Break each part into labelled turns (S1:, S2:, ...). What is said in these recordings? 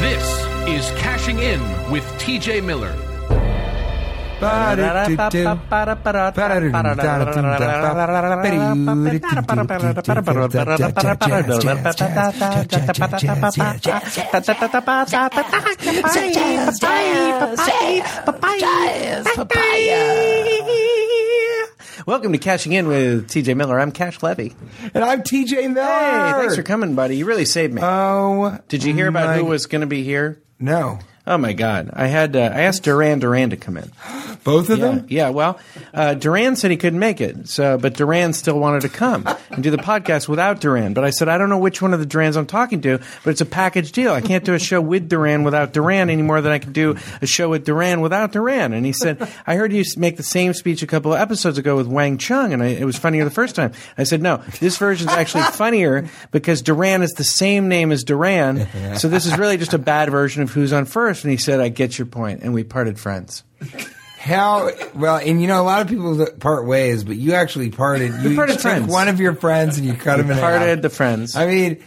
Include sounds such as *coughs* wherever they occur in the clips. S1: This is Cashing In with TJ Miller.
S2: Welcome to Cashing In with TJ Miller. I'm Cash Levy.
S3: And I'm TJ Miller.
S2: Hey, thanks for coming, buddy. You really saved me.
S3: Oh,
S2: Did you hear about
S3: my-
S2: who was going to be here?
S3: No,
S2: Oh my God! I had uh, I asked Duran Duran to come in.
S3: both of
S2: Yeah,
S3: them.
S2: yeah. Well, uh, Duran said he couldn't make it, so but Duran still wanted to come and do the podcast without Duran. But I said I don't know which one of the Durans I'm talking to, but it's a package deal. I can't do a show with Duran without Duran any more than I can do a show with Duran without Duran. And he said I heard you s- make the same speech a couple of episodes ago with Wang Chung, and I, it was funnier the first time. I said no, this version's actually funnier because Duran is the same name as Duran, so this is really just a bad version of who's on first. And he said I get your point, and we parted friends.
S3: How well? And you know, a lot of people that part ways, but you actually parted. You
S2: parted
S3: took
S2: friends.
S3: one of your friends and you cut him in
S2: Parted the
S3: half.
S2: friends.
S3: I mean,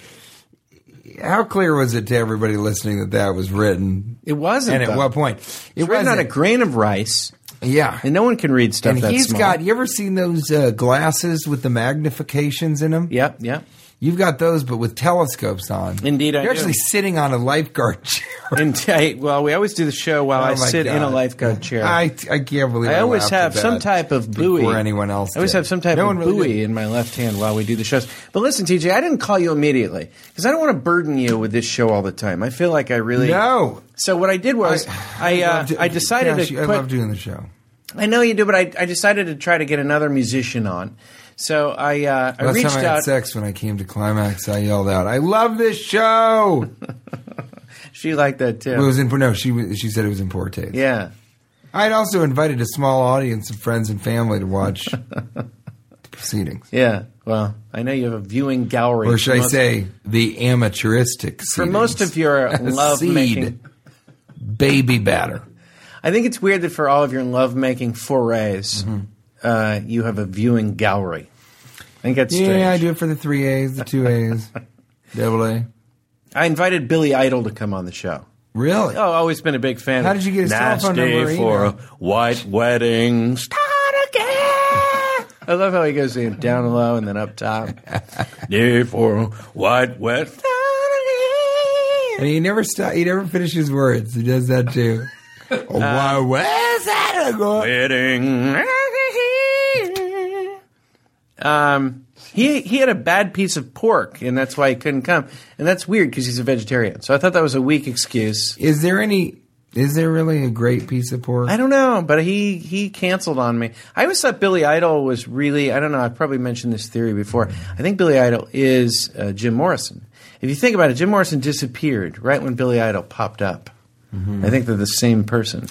S3: how clear was it to everybody listening that that was written?
S2: It wasn't.
S3: and at
S2: though.
S3: what point?
S2: It was written on a
S3: wasn't.
S2: grain of rice,
S3: Yeah.
S2: and no one can read stuff
S3: And
S2: that
S3: he's
S2: small.
S3: got. You ever seen those uh, glasses with the magnifications in them?
S2: Yep, yep.
S3: You've got those, but with telescopes on.
S2: Indeed, I
S3: You're
S2: do.
S3: actually sitting on a lifeguard *laughs* chair.
S2: And *laughs* I, well, we always do the show while I
S3: Oh, my
S2: sit in a
S3: God.
S2: lifeguard chair.
S3: I, I can't believe
S2: I
S3: I
S2: always
S3: laughed at
S2: have some
S3: that
S2: type of buoy.
S3: before anyone else.
S2: I always
S3: did.
S2: have some type
S3: No one
S2: of
S3: really
S2: buoy
S3: did.
S2: in my left hand while we do the shows. But listen, TJ, I didn't call you immediately because I don't want to burden you with this show all the time. I feel like I really
S3: No.
S2: So what I did was I I, uh,
S3: love do-
S2: I decided
S3: Gosh,
S2: to
S3: I
S2: quit-
S3: love doing the show.
S2: I know you do, but I, I decided to try to get another musician on. So I uh, I
S3: Last
S2: reached
S3: time I had
S2: out.
S3: sex when I came to climax, I yelled out, "I love this show."
S2: She liked that too.
S3: It was in no. She was- she said it was in poor taste.
S2: Yeah.
S3: I had also invited a small audience of friends and family to
S2: *laughs*
S3: watch the proceedings,
S2: Yeah. Well, I know you have a viewing gallery.
S3: or should
S2: for
S3: I
S2: most-
S3: say, the amateuristic.
S2: for
S3: *laughs*
S2: most of your love making?
S3: seed baby batter.
S2: I think it's weird that for all of your love making forays,
S3: Mm-hmm.
S2: uh, you have a viewing gallery. I think that's strange.
S3: Yeah, I do it for the three A's, the two
S2: *laughs*
S3: A's, double A.
S2: I invited Billy Idol to come on the show.
S3: Really?
S2: Oh, always been a big fan.
S3: How
S2: of
S3: did you get his telephone
S2: Nasty
S3: number or
S2: for a
S3: email?
S2: white wedding. Start again. I love how he goes in down low and then up top. *laughs* Day for a white wed-
S3: And he never stop. He never finishes words. He does that
S2: *laughs*
S3: too. oh, why?
S2: Uh,
S3: Where's that? Go-
S2: wedding. Um, he he had a bad piece of pork, and that's why he couldn't come. And that's weird because he's a vegetarian. So I thought that was a weak excuse.
S3: Is there any? Is there really a great piece of pork?
S2: I don't know, but he he canceled on me. I always thought Billy Idol was really I don't know. I've probably mentioned this theory before. I think Billy Idol is uh, Jim Morrison. If you think about it, Jim Morrison disappeared right when Billy Idol popped up.
S3: Mm-hmm.
S2: I think they're the same person.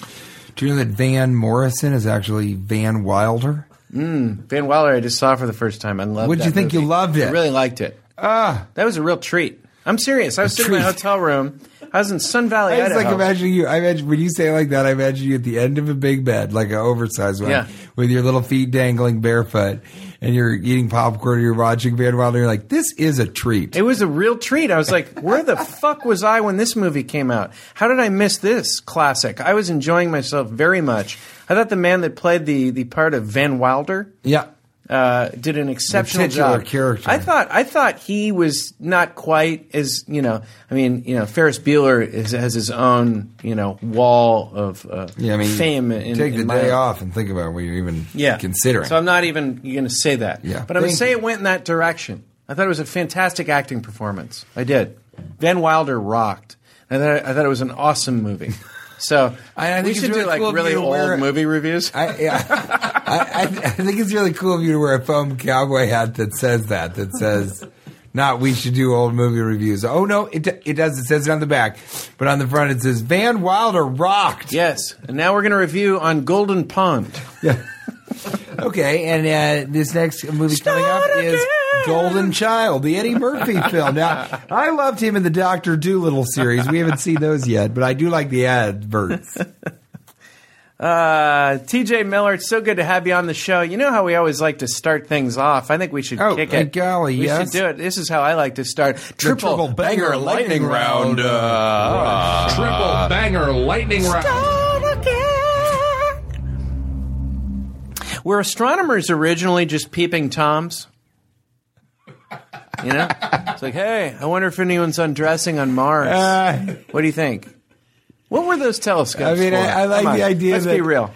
S3: Do you know that Van Morrison is actually Van Wilder?
S2: Van Wilder, I just saw for the first time. I loved.
S3: What'd
S2: that
S3: you think? You
S2: movie.
S3: loved it?
S2: I really liked it.
S3: Ah,
S2: That was a real treat. I'm serious. I was sitting in my
S3: treat.
S2: hotel room. I was in Sun Valley,
S3: I just like
S2: Idaho.
S3: imagining you. I imagine when you say it like that, I imagine you at the end of a big bed, like an oversized one,
S2: Yeah.
S3: with your little feet dangling barefoot, and you're eating popcorn, or you're watching Van Wilder. You're like, this is a treat.
S2: it was a real treat. I was like, where the fuck was I when this movie came out? How did I miss this classic? I was enjoying myself very much. I thought the man that played the, the part of Van Wilder
S3: yeah.
S2: uh, did an exceptional
S3: titular
S2: job.
S3: character.
S2: I thought I thought he was not quite as you know. I mean, you know, Ferris Bueller is, has his own you know wall of uh,
S3: Yeah, I mean,
S2: fame. In,
S3: take the
S2: in my-
S3: day off and think about what you're even
S2: yeah.
S3: considering.
S2: So I'm not even going to say that.
S3: Yeah.
S2: But I'm going to
S3: Thank
S2: say
S3: you.
S2: it went in that direction. I thought it was a fantastic acting performance. I did. Van Wilder rocked. I thought, I thought it was an awesome *laughs* movie. So
S3: I- I think
S2: we
S3: it's
S2: should
S3: really
S2: do like
S3: cool of
S2: really
S3: you to
S2: old
S3: wear-
S2: movie reviews.
S3: I, yeah, *laughs* I, I, I think it's really cool of you to wear a foam cowboy hat that says that, that says Not we should do old movie reviews. Oh no, it it does. It says it on the back, but on the front it says Van Wilder rocked.
S2: Yes. And now we're going to review on Golden Pond.
S3: *laughs* Okay, and uh, this next movie coming up is Golden Child, the Eddie *laughs* Murphy film. Now, I loved him in the Doctor Doolittle series. We haven't seen those yet, but I do like the adverts.
S2: Uh, TJ Miller, it's so good to have you on the show. You know how we always like to start things off. I think we should
S3: Oh,
S2: kick
S3: uh,
S2: it.
S3: golly,
S2: we
S3: yes.
S2: should do it. This is how I like to start. Triple,
S3: triple banger lightning round, uh,
S1: Triple banger lightning round.
S2: Were astronomers originally just peeping toms? You know, it's like, hey, I wonder if anyone's undressing on Mars.
S3: Uh,
S2: what do you think? What were those telescopes?
S3: I mean, I-
S2: for?
S3: I like
S2: Come on,
S3: the idea
S2: Let's
S3: that-
S2: be real.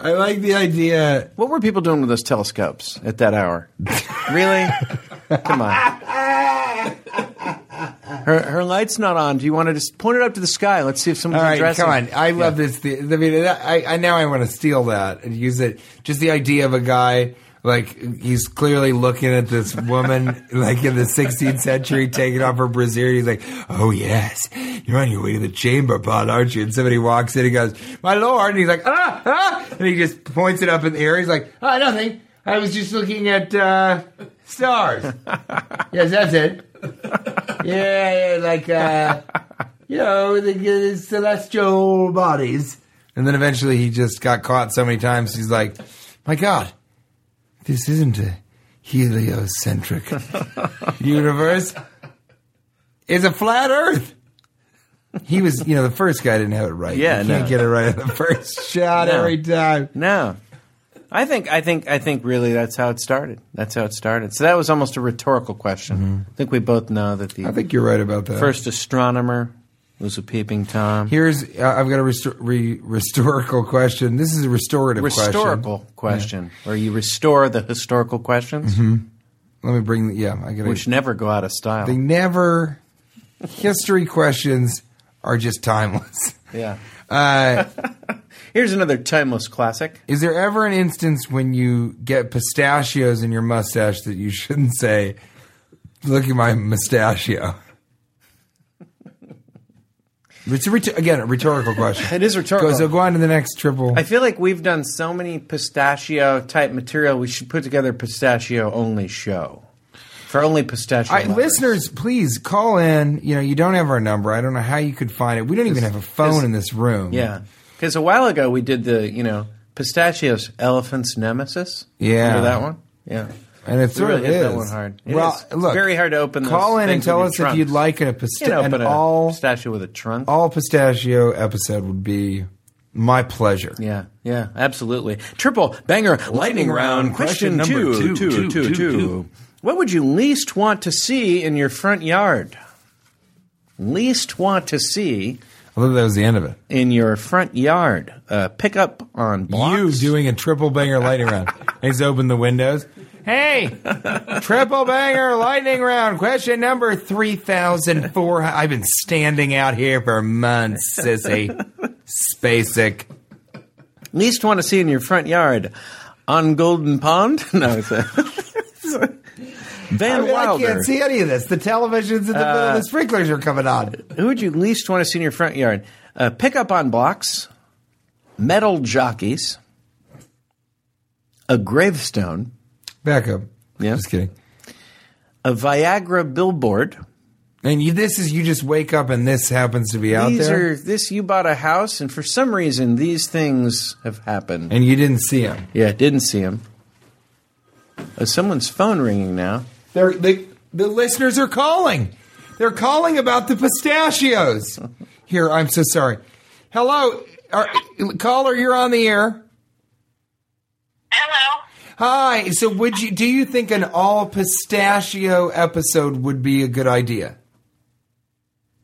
S3: I like the idea.
S2: What were people doing with those telescopes at that hour? really? Come on. Her, her light's not on. Do you want to just point it up to the sky? Let's see if someone's
S3: All right,
S2: undressing.
S3: come on. I love this. The, I mean, I, I now I want to steal that and use it. Just the idea of a guy like he's clearly looking at this woman *laughs* like in the 16th century taking off her brassiere. He's like, "Oh yes, you're on your way to the chamber pot, aren't you?" And somebody walks in and goes, "My lord!" And he's like, "Ah, ah!" And he just points it up in the air. He's like, "Ah, nothing. I was just looking at uh, stars." yes, that's it. Yeah, yeah like. Uh, you know, the, the celestial bodies. And then eventually he just got caught so many times, he's like, my God, this isn't a
S2: *laughs*
S3: heliocentric universe. It's a flat earth. He was, you know, the first guy didn't have it right.
S2: Yeah,
S3: you can't
S2: no.
S3: get it right on the first
S2: *laughs*
S3: shot
S2: No.
S3: every time.
S2: No. I think I think I think really that's how it started. That's how it started. So that was almost a rhetorical question. I think we both know that the
S3: Mm-hmm. I think you're right about that.
S2: first astronomer was a peeping tom.
S3: here's uh, I've got a restor- re- *laughs* historical question. This is a restorative question.
S2: Historical question, where you restore the historical questions,
S3: Mm-hmm. Let me bring. The, yeah, I got to
S2: which never go out of style.
S3: They never. History questions are just timeless.
S2: yeah.
S3: Uh,
S2: *laughs* Here's another timeless classic.
S3: is there ever an instance when you get pistachios in your mustache that you shouldn't say, "Look at my mustachio"? It's a rhetor- again a rhetorical question.
S2: It is rhetorical.
S3: Go, so go on to the next triple.
S2: I feel like we've done so many pistachio type material. We should put together a pistachio only show for only pistachio
S3: I,
S2: lovers.
S3: listeners, please call in. You know, you don't have our number. I don't know how you could find it. We don't even have a phone in this room.
S2: Yeah, because a while ago we did the you know pistachios elephant's nemesis.
S3: Yeah.
S2: Remember that one. Yeah,
S3: And it's
S2: We
S3: sort
S2: really
S3: of
S2: hit that
S3: is.
S2: one hard. It
S3: well,
S2: is. It's
S3: look,
S2: very hard to open those
S3: Call in and
S2: things
S3: tell
S2: with
S3: us
S2: your
S3: if you'd
S2: trunks.
S3: like a
S2: you know,
S3: pistachio.
S2: open
S3: An
S2: a
S3: all
S2: pistachio with a trunk.
S3: all pistachio episode would be my pleasure.
S2: yeah, yeah, absolutely. Triple banger lightning round question
S3: Question
S2: number
S3: number
S2: two, two, two, two, What would you least want to see in your front yard? Least want to see
S3: I thought that was the end of it.
S2: in your front yard. Uh, pick up on blocks.
S3: You doing a triple banger lightning *laughs* round. And he's opened the windows. Hey, triple banger lightning round. Question number 3,400. I've been standing out here for months, sissy. *laughs* Spacek.
S2: least want to see in your front yard on Golden Pond? *laughs* No, it's a,
S3: I,
S2: Van
S3: mean, I
S2: Wilder.
S3: can't see any of this. The television's in the middle.
S2: Uh,
S3: The sprinklers are coming on.
S2: Who would you least want to see in your front yard? Uh, pickup on blocks, metal jockeys, a gravestone,
S3: Back up.
S2: Yeah.
S3: Just kidding.
S2: a Viagra billboard.
S3: And you, this is you just wake up and this happens to be out
S2: These
S3: there,
S2: are this. You bought a house, and for some reason, these things have happened.
S3: and you didn't see him.
S2: Yeah, didn't see him. Uh, someone's phone ringing now.
S3: They're, they, the listeners are calling. They're calling about the
S2: *laughs*
S3: pistachios. Here, I'm so sorry. Hello, are, caller, you're on the air.
S4: Hello.
S3: Hi. So, would you do you think an all pistachio episode would be a good idea?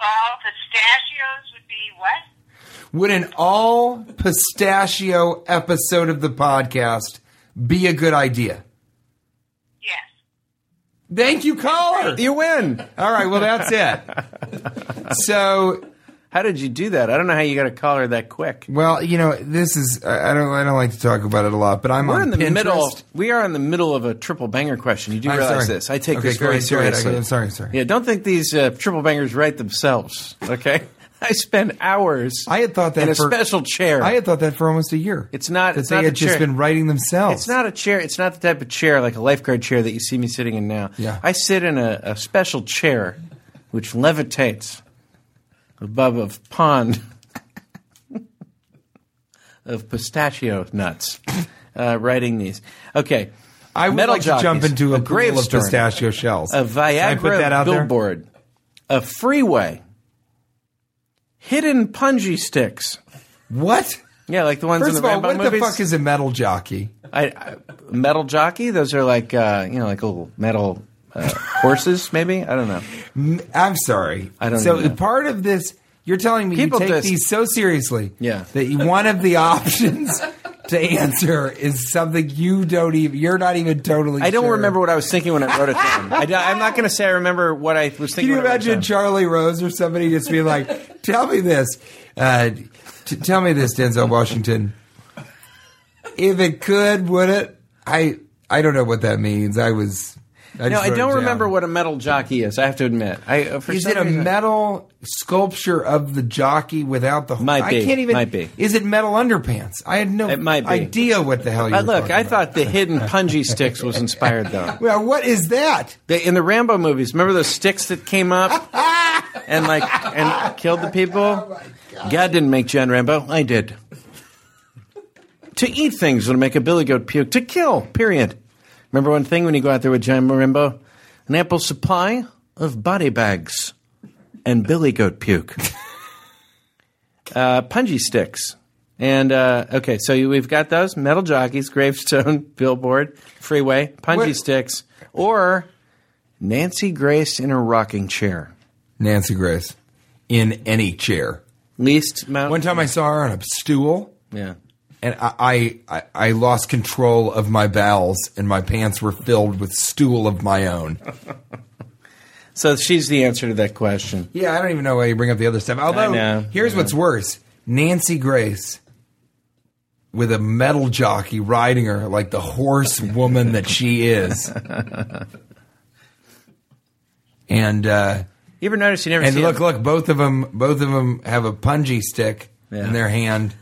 S4: All pistachios would be what?
S3: Would an all pistachio episode of the podcast be a good idea?
S4: Yes.
S3: Thank you, caller.
S2: You win.
S3: All right, well that's it. So
S2: How did you do that? I don't know how you got a collar that quick.
S3: Well, you know, this is I I don't I don't like to talk about it a lot, but I'm
S2: We're
S3: on
S2: in the
S3: Pinterest.
S2: middle. We are in the middle of a triple banger question. You do
S3: I'm
S2: realize
S3: sorry.
S2: this? I take
S3: Okay,
S2: this
S3: great,
S2: very
S3: great.
S2: seriously.
S3: I'm sorry, sorry.
S2: Yeah, don't think these uh, triple bangers write themselves. Okay, *laughs* I spend hours.
S3: I had thought that
S2: in a
S3: for-
S2: special chair.
S3: I had thought that for almost a year.
S2: It's not-
S3: that
S2: it's
S3: they
S2: not
S3: had
S2: the
S3: just
S2: chair.
S3: been writing themselves.
S2: It's not a chair. It's not the type of chair like a lifeguard chair that you see me sitting in now.
S3: Yeah.
S2: I sit in a, a special chair which levitates above a pond *laughs* of pistachio nuts. Uh, writing these. Okay.
S3: I would
S2: Metal
S3: like to jump
S2: jockeys,
S3: into a, grave of
S2: gravestone,
S3: pistachio shells.
S2: a
S3: Can I
S2: Viagra
S3: put that out there?
S2: billboard, a freeway, hidden punji sticks.
S3: What?
S2: Yeah, like the ones in
S3: First
S2: the
S3: of all,
S2: Rambo
S3: what the
S2: movies.
S3: fuck is a metal jockey?
S2: I, I, metal jockey. Those are like uh, you know, like little metal *laughs* uh, horses. Maybe I don't know.
S3: I'm sorry.
S2: I don't
S3: So
S2: know.
S3: part of this, you're telling me
S2: People
S3: you take
S2: just-
S3: these so seriously,
S2: Yeah.
S3: that you, one of the *laughs* options to answer is something you don't even. You're not even totally.
S2: I don't
S3: sure.
S2: remember what I was thinking when I wrote it down. *laughs* I, am not going to say I remember what I was
S3: Can
S2: thinking.
S3: you
S2: when I wrote it
S3: imagine
S2: down.
S3: Charlie Rose or somebody just being
S2: *laughs*
S3: like, "Tell me this, uh, t- tell me this, Denzel Washington. If it could, would it? I I don't know what that means. I was. I
S2: No,
S3: just
S2: I
S3: wrote it
S2: don't
S3: down.
S2: remember what a metal jockey is. I have to admit. I uh, for
S3: Is
S2: some
S3: it a
S2: reason-
S3: metal sculpture of the jockey without the?
S2: Might be,
S3: I can't even.
S2: might be.
S3: Is it metal underpants? I had no
S2: It might be.
S3: idea what the hell you
S2: Uh,
S3: were
S2: look,
S3: talking
S2: I
S3: about.
S2: thought the hidden punji sticks was inspired *laughs* though.
S3: Well, what is that?
S2: They, in the Rambo movies, remember those sticks that came up and like and killed the people? God. didn't make John Rambo. I did. to eat things will make a billy goat puke. To kill, period. Remember one thing when you go out there with John Rambo? An ample supply of body bags and billy goat puke. uh, punji sticks. And uh, okay, so you- we've got those metal jockeys, gravestone, *laughs* billboard, freeway, punji
S3: What-
S2: sticks, or Nancy Grace in a rocking chair.
S3: Nancy Grace in any chair.
S2: Least amount.
S3: One time I saw her on a stool.
S2: yeah.
S3: and I, I I lost control of my bowels, and my pants were filled with stool of my own.
S2: So she's the answer to that question.
S3: Yeah, I don't even know why you bring up the other stuff. Although,
S2: know,
S3: here's
S2: I know.
S3: what's worse: Nancy Grace with a metal jockey riding her like the horse woman that she is. *laughs* and uh,
S2: You ever notice you never
S3: and
S2: see
S3: look,
S2: it?
S3: look, both of them, both of them have a punji stick
S2: Yeah.
S3: in their hand,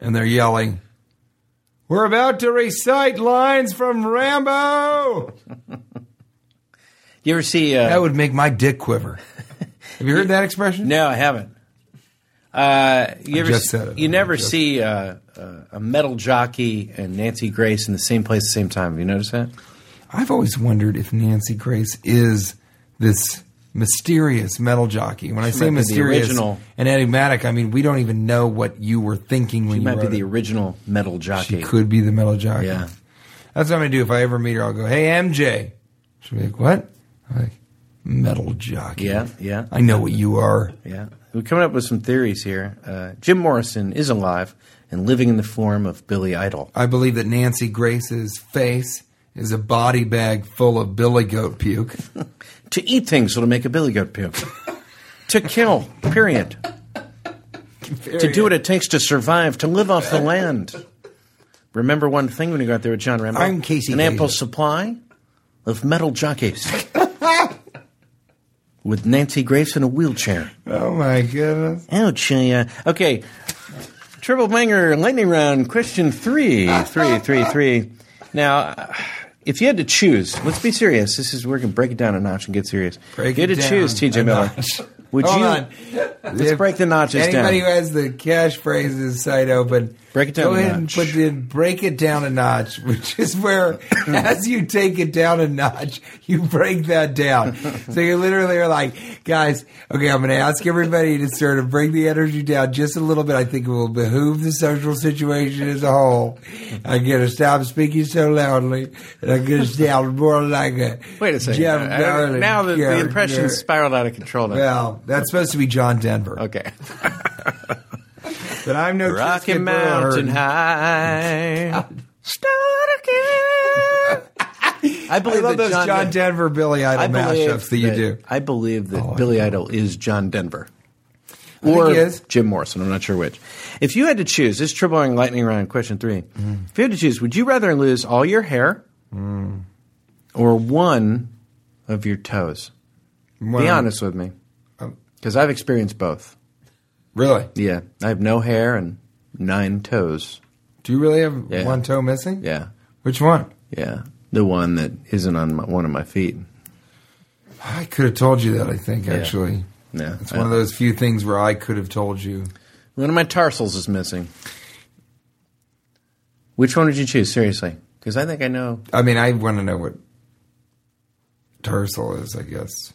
S3: and they're yelling. We're about to recite lines from Rambo.
S2: You ever see? Uh,
S3: That would make my dick quiver. Have you heard that expression?
S2: no, I haven't. Uh, you ever
S3: just
S2: s-
S3: said it.
S2: you
S3: I'm
S2: never
S3: just-
S2: see uh, uh, a metal jockey and Nancy Grace in the same place at the same time. Have you noticed that?
S3: I've always wondered if Nancy Grace is this mysterious metal jockey. When I say
S2: might be the
S3: mysterious
S2: original.
S3: and enigmatic, I mean we don't even know what you were thinking when
S2: She
S3: you
S2: might be
S3: wrote
S2: the
S3: it.
S2: original metal jockey.
S3: She could be the metal jockey.
S2: Yeah.
S3: That's what I'm gonna do if I ever meet her. I'll go, "Hey MJ." She'll be like, "What?" I'm like, "Metal jockey."
S2: Yeah, yeah.
S3: I know what you are.
S2: Yeah. We're coming up with some theories here. Uh, Jim Morrison is alive and living in the form of Billy Idol.
S3: I believe that Nancy Grace's face is a body bag full of billy goat puke.
S2: To eat things that'll make a billy goat puke. *laughs* to kill, period. to do what it takes to survive, to live off the land. Remember one thing when you got there with John Rambo?
S3: I'm Casey
S2: An ample
S3: Kasem.
S2: supply of metal jockeys. *laughs* With Nancy Grace in a wheelchair.
S3: *laughs* Oh my goodness.
S2: Ouch. I, uh, okay. Triple banger lightning round question three. Three, three, three. Now, uh, if you had to choose, let's be serious. This is we're gonna break it down a notch and get serious.
S3: Break
S2: if you
S3: it
S2: had to choose,
S3: down
S2: TJ
S3: a
S2: Miller.
S3: notch.
S2: Would
S3: Hold
S2: you
S3: on.
S2: let's break the notches
S3: Anybody who
S2: down?
S3: has the cash phrases site open,
S2: Break it down
S3: Go
S2: a
S3: ahead
S2: notch.
S3: and put in break it down a notch, *laughs* which is
S2: *laughs*
S3: where as you take it down a notch, you break that down. so you literally are like, guys, okay, I'm going to ask everybody to sort of bring the energy down just a little bit. I think it will behoove the social situation as a whole. I'm going to stop speaking so loudly, and I'm going to sound more like a
S2: Wait a second.
S3: Jeff
S2: I don't-
S3: Garland
S2: now the, the
S3: character.
S2: impression spiraled out of control. Now.
S3: Well, that's supposed to be John Denver. *laughs*
S2: okay.
S3: But I'm no
S2: Rocky
S3: Triscuit
S2: Mountain
S3: Burr.
S2: High. Start again. I
S3: *laughs* I
S2: believe
S3: love
S2: that
S3: those John, Denver Billy Idol mashups that you do. Oh,
S2: I believe that Billy Idol is John Denver. or
S3: he is.
S2: Jim Morrison. I'm not sure which. If you had to choose, this is triple Ring lightning round question three.
S3: Mm.
S2: If you had to choose, would you rather lose all your hair or one of your toes? Be honest with me,
S3: um,
S2: because I've experienced both.
S3: Really?
S2: Yeah, I have no hair and nine toes.
S3: Do you really have
S2: Yeah.
S3: one toe missing?
S2: Yeah,
S3: Which one?
S2: yeah, the one that isn't on my, one of my feet.
S3: I could have told you that. I think actually,
S2: Yeah,
S3: it's one of those few things where I could have told you.
S2: One of my tarsals is missing. Which one would you choose? Seriously, because I think I know.
S3: I mean, I want to know what tarsal is. I guess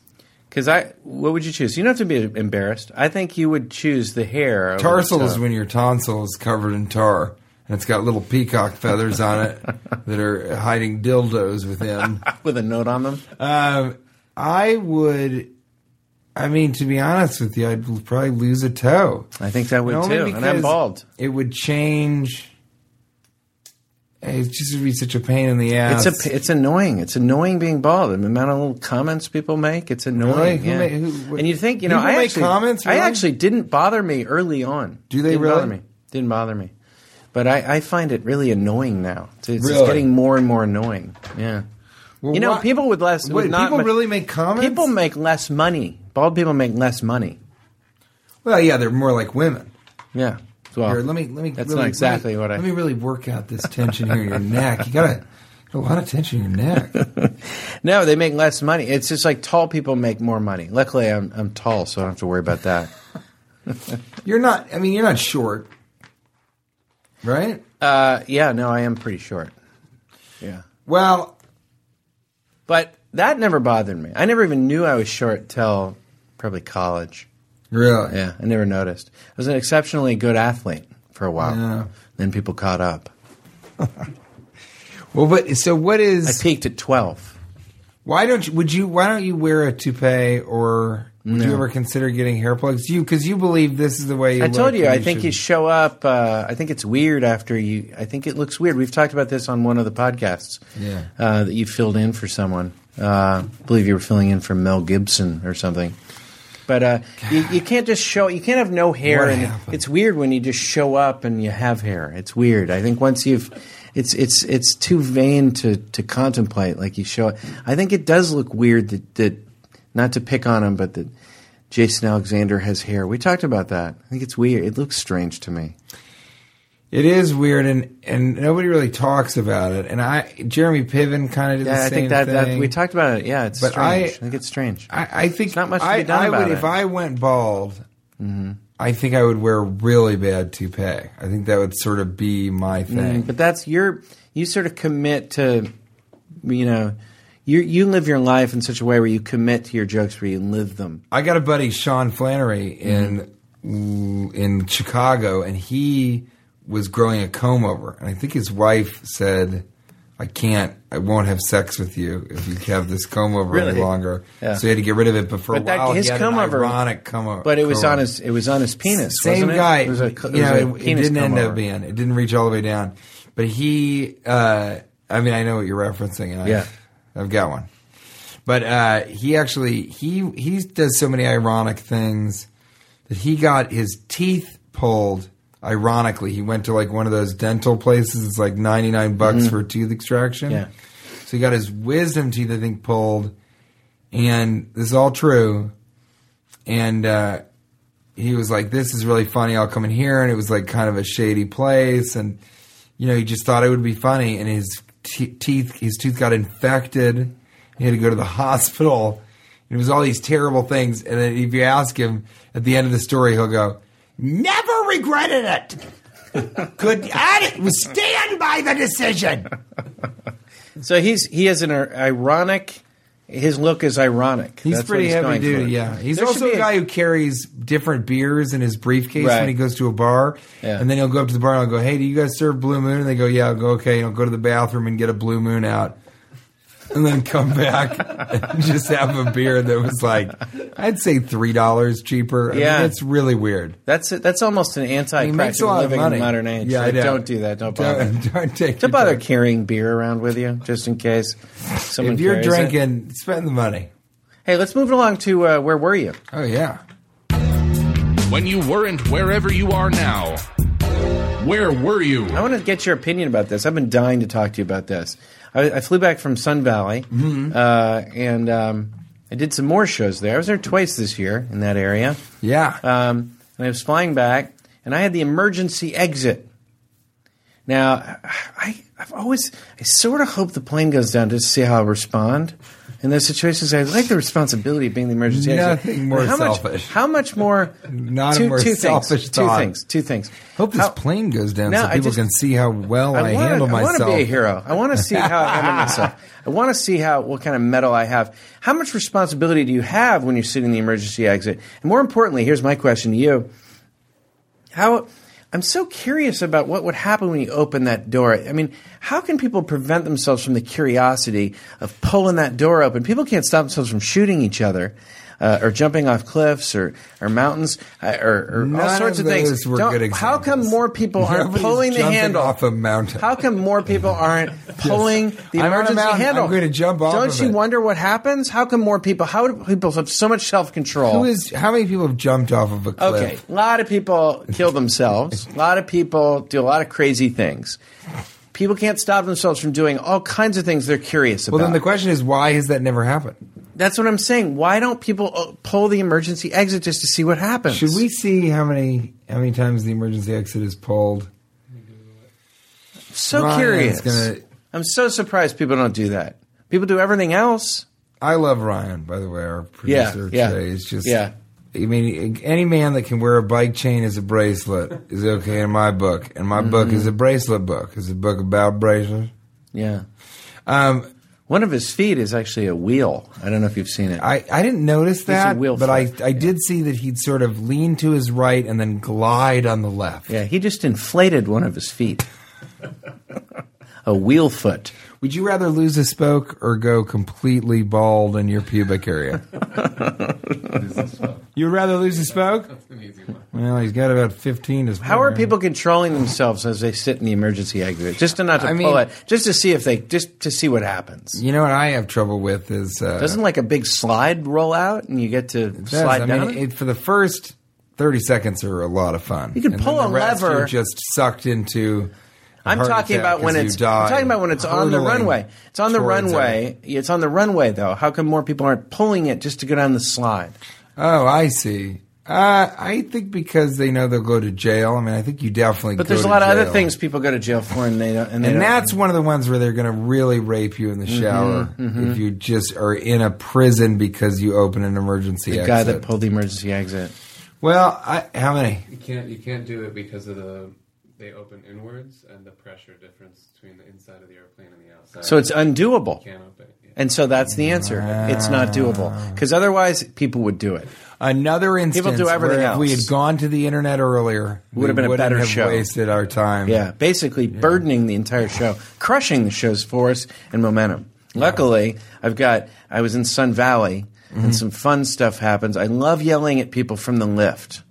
S2: Because I, what would you choose? You don't have to be embarrassed. I think you would choose the hair. over the
S3: tarsal is
S2: *laughs* toe.
S3: when your tonsil is covered in tar and it's got little peacock feathers on it
S2: *laughs*
S3: that are hiding dildos within.
S2: with a note on them.
S3: Um, I would. I mean, to be honest with you, I'd probably lose a toe.
S2: I think that would
S3: Only
S2: too. And I'm
S3: because
S2: bald.
S3: It would change. It just would be such a pain in the ass.
S2: It's a, it's annoying. It's annoying being bald. And the amount of little comments people make, it's annoying.
S3: Who
S2: yeah.
S3: ma- who- wh-
S2: and you think you know?
S3: people
S2: I
S3: make
S2: actually,
S3: comments,
S2: I
S3: really?
S2: actually didn't bother me early on.
S3: Do they
S2: didn't
S3: really?
S2: Bother me. Didn't bother me. But I, I find it really annoying now. It's, it's
S3: Really?
S2: getting more and more annoying. Yeah.
S3: Well,
S2: you know,
S3: why-
S2: people with less. with
S3: Wait,
S2: not
S3: people
S2: much-
S3: really make comments.
S2: People make less money. Bald people make less money.
S3: Well, yeah, they're more like women.
S2: Yeah. Well,
S3: Here, let me let me.
S2: That's
S3: really-
S2: not exactly
S3: let me-
S2: what I.
S3: Let me really work out this tension here in your neck. You got a lot of tension in your neck.
S2: No, they make less money. It's just like tall people make more money. Luckily, I'm I'm tall, so I don't have to worry about that.
S3: You're not. I mean, you're not short, right?
S2: Uh, yeah, no, I am pretty short. Yeah,
S3: Well,
S2: but that never bothered me. I never even knew I was short till probably college.
S3: really.
S2: Yeah, I never noticed. I was an exceptionally good athlete for a while.
S3: Yeah.
S2: Then people caught up.
S3: Well, but so what
S2: I
S3: is?
S2: peaked at twelve.
S3: Why don't you? Would you? Why don't you wear a toupee or? Would you
S2: No.
S3: ever consider getting hair plugs? You because you believe this is the way. You
S2: I told
S3: look
S2: you.
S3: and
S2: I think you
S3: should-
S2: show up. Uh, I think it's weird after you. I think it looks weird. We've talked about this on one of the podcasts.
S3: Yeah.
S2: uh, that you filled in for someone. Uh, I believe you were filling in for Mel Gibson or something. But uh, you, you can't just show. You can't have no hair,
S3: What
S2: and
S3: happened?
S2: it's weird when you just show up and you have hair. It's weird. I think once you've, it's it's it's too vain to to contemplate. Like you show. I think it does look weird that that not to pick on him, but that Jason Alexander has hair. We talked about that. I think it's weird. It looks strange to me.
S3: It is weird, and and nobody really talks about it. And I, Jeremy Piven, kind of did the
S2: Yeah,
S3: same
S2: I think that,
S3: thing.
S2: that we talked about it. Yeah, it's
S3: But
S2: strange. I,
S3: I-
S2: think it's strange.
S3: I, I think
S2: not much to be
S3: I,
S2: done
S3: I
S2: about
S3: would,
S2: it. Mm-hmm.
S3: If I went bald, I think I would wear a really bad toupee. I think that would sort of be my thing.
S2: But that's your you sort of commit to you know you you live your life in such a way where you commit to your jokes where you live them.
S3: I got a buddy Sean Flannery in
S2: Mm-hmm.
S3: mm, in Chicago, and he was growing a comb over, and I think his wife said, "I can't, I won't have sex with you if you have this comb over any
S2: Really?
S3: longer."
S2: Yeah.
S3: So he had to get rid of it. But for
S2: But
S3: a
S2: that-
S3: while,
S2: his
S3: he had
S2: comb
S3: an
S2: over-
S3: ironic comb over,
S2: But it was
S3: comb
S2: on
S3: over.
S2: his it was on his penis.
S3: Same
S2: wasn't it?
S3: guy.
S2: It was a,
S3: you
S2: it was
S3: know,
S2: a
S3: it- it,
S2: penis
S3: didn't end
S2: comb
S3: up
S2: over.
S3: being. It didn't reach all the way down. But he, uh, I mean, I know what you're referencing. And I've,
S2: Yeah.
S3: I've got one. But uh, he actually he he does so many ironic things that he got his teeth pulled. Ironically, he went to like one of those dental places. It's like ninety nine bucks for a tooth extraction.
S2: Yeah.
S3: So he got his wisdom teeth, I think, pulled, and this is all true. And uh, he was like, "This is really funny. I'll come in here." And it was like kind of a shady place, and you know, he just thought it would be funny. And his te- teeth, his tooth got infected. He had to go to the *laughs* hospital. It was all these terrible things. And then if you ask him at the end of the story, he'll go, "Never regretted it. *laughs* Could I stand by the decision?"
S2: So he's he has an ir- ironic his look is ironic.
S3: He's
S2: That's what
S3: pretty heavy
S2: going
S3: duty,
S2: for.
S3: yeah. He's
S2: There should
S3: also
S2: be
S3: a guy who carries different beers in his briefcase
S2: Right.
S3: when he goes to a bar.
S2: Yeah.
S3: And then he'll go up to the bar and I'll go, Hey, do you guys serve Blue Moon? And they go, Yeah, I'll go, okay, you know, go to the bathroom and get a Blue Moon out. *laughs* And then come back *laughs* and just have a beer that was like, I'd say $3 cheaper. I
S2: Yeah.
S3: Mean, it's really weird.
S2: that's it- that's almost an anti
S3: He makes a
S2: practical
S3: lot of
S2: living
S3: money.
S2: in modern age.
S3: Yeah, I
S2: Like,
S3: know.
S2: don't do
S3: *laughs*
S2: that. Don't bother.
S3: Don't, don't take
S2: Don't
S3: your
S2: bother
S3: time.
S2: carrying beer around with you just in case someone
S3: If you're
S2: carries it.
S3: drinking, spend the money.
S2: Hey, let's move along to uh, where were you?
S3: Oh, yeah.
S1: when you weren't wherever you are now? Where were you?
S2: I want to get your opinion about this. I've been dying to talk to you about this. I, I flew back from Sun Valley,
S3: Mm-hmm.
S2: uh, and um, I did some more shows there. I was there twice this year in that area,
S3: Yeah.
S2: um, and I was flying back, and I had the emergency exit. Now, I, I've always, I sort of hope the plane goes down just to see how I respond in those situations. I like the responsibility of being the emergency exit.
S3: Nothing more
S2: And how
S3: selfish.
S2: Much, how much more?
S3: Not a
S2: two,
S3: more
S2: two
S3: selfish
S2: things, two
S3: thought.
S2: things. Two things.
S3: Hope this
S2: How-
S3: plane goes down
S2: No,
S3: so
S2: I
S3: people
S2: just-
S3: can see how well I,
S2: wanna-
S3: handle
S2: I
S3: myself.
S2: want to be a hero. I want to see how I handle myself. I want to see how what kind of metal I have. How much responsibility do you have when you're sitting in the emergency exit? And more importantly, here's my question to you: How I'm so curious about what would happen when you open that door. I mean, how can people prevent themselves from the curiosity of pulling that door open? People can't stop themselves from shooting each other. Uh, or jumping off cliffs, or or mountains, uh, or, or all
S3: None
S2: sorts
S3: of
S2: of, things.
S3: those were
S2: Don't-
S3: good
S2: how come
S3: examples.
S2: more people aren't
S3: Nobody's
S2: pulling the
S3: jumping
S2: handle
S3: off a mountain.
S2: How come more
S3: *laughs*
S2: people aren't pulling
S3: I'm
S2: the
S3: on a
S2: emergency
S3: mountain.
S2: handle?
S3: I'm going to jump off
S2: Don't
S3: of
S2: you
S3: it.
S2: wonder what happens? How come more people? How do people have so much self control?
S3: Who is? How many people have jumped off of a cliff?
S2: Okay, a lot of people kill themselves. a lot of people do a lot of crazy things. People can't stop themselves from doing all kinds of things they're curious
S3: Well,
S2: about.
S3: then the question is, why has that never happened?
S2: That's what I'm saying. Why don't people uh, pull the emergency exit just to see what happens?
S3: Should we see how many how many times the emergency exit is pulled?
S2: So
S3: Ryan's
S2: curious.
S3: gonna-
S2: I'm so surprised people don't do that. People do everything else.
S3: I love Ryan, by the way, our producer
S2: yeah.
S3: today. It's just,
S2: Yeah.
S3: I mean, any man that can wear a bike chain as a bracelet is okay in my book, and
S2: Mm-hmm.
S3: my book is a bracelet book. It's a book about bracelets.
S2: Yeah.
S3: Um,
S2: One of his feet is actually a wheel. I don't know if you've seen it.
S3: I, I didn't notice that,
S2: wheel
S3: but I,
S2: foot,
S3: I did see that he'd sort of lean to his right and then glide on the left.
S2: yeah, he just inflated one of his feet. *laughs* a wheel foot.
S3: Would you rather lose a spoke or go completely bald in your pubic
S2: *laughs*
S3: area? You'd rather lose a spoke? Well, he's got about 15 to spare.
S2: How are people controlling themselves as they sit in the emergency exit? Just to not to
S3: I
S2: pull
S3: mean-
S2: it, just to see if they, just to see what happens.
S3: You know what I have trouble with is. Uh,
S2: Doesn't like a big slide roll out and you get to
S3: this.
S2: slide
S3: I
S2: down?
S3: mean,
S2: it?
S3: it, for the first 30 seconds are a lot of fun. You
S2: can pull a lever.
S3: You're just sucked into. a
S2: I'm
S3: heart
S2: talking
S3: attack
S2: about when
S3: 'cause
S2: it's.
S3: you die
S2: I'm talking about when it's on the
S3: hurtling
S2: runway. It's on the
S3: towards it.
S2: runway. It's on the runway though. How come more people aren't pulling it just to go down the slide?
S3: Oh, I see. Uh, I think because they know they'll go to jail. I mean, I think you definitely.
S2: But
S3: go
S2: there's a
S3: to
S2: lot of other
S3: jail.
S2: things people go to jail for, and they don't, and they
S3: and
S2: don't-
S3: that's one of the ones where they're going to really rape you in
S2: Mm-hmm,
S3: the shower if you just are in a prison because you open an emergency
S2: the
S3: exit.
S2: guy that pulled the emergency exit.
S3: well, I, how many?
S5: You can't you can't do it because of the they open inwards and the pressure difference between the inside of the airplane and the outside.
S2: So it's undoable.
S5: you can't open. It. Yeah.
S2: And so that's the answer. It's not
S3: Ah.
S2: doable because otherwise people would do it.
S3: Another instance
S2: do everything
S3: where if we
S2: else.
S3: had gone to the internet earlier,
S2: Would have been a
S3: wouldn't
S2: better
S3: have
S2: show.
S3: Wasted our time.
S2: Yeah, basically burdening the entire show, crushing the show's force and momentum. Luckily, I've got I was in Sun Valley
S3: Mm-hmm.
S2: and some fun stuff happens. I love yelling at people from the lift.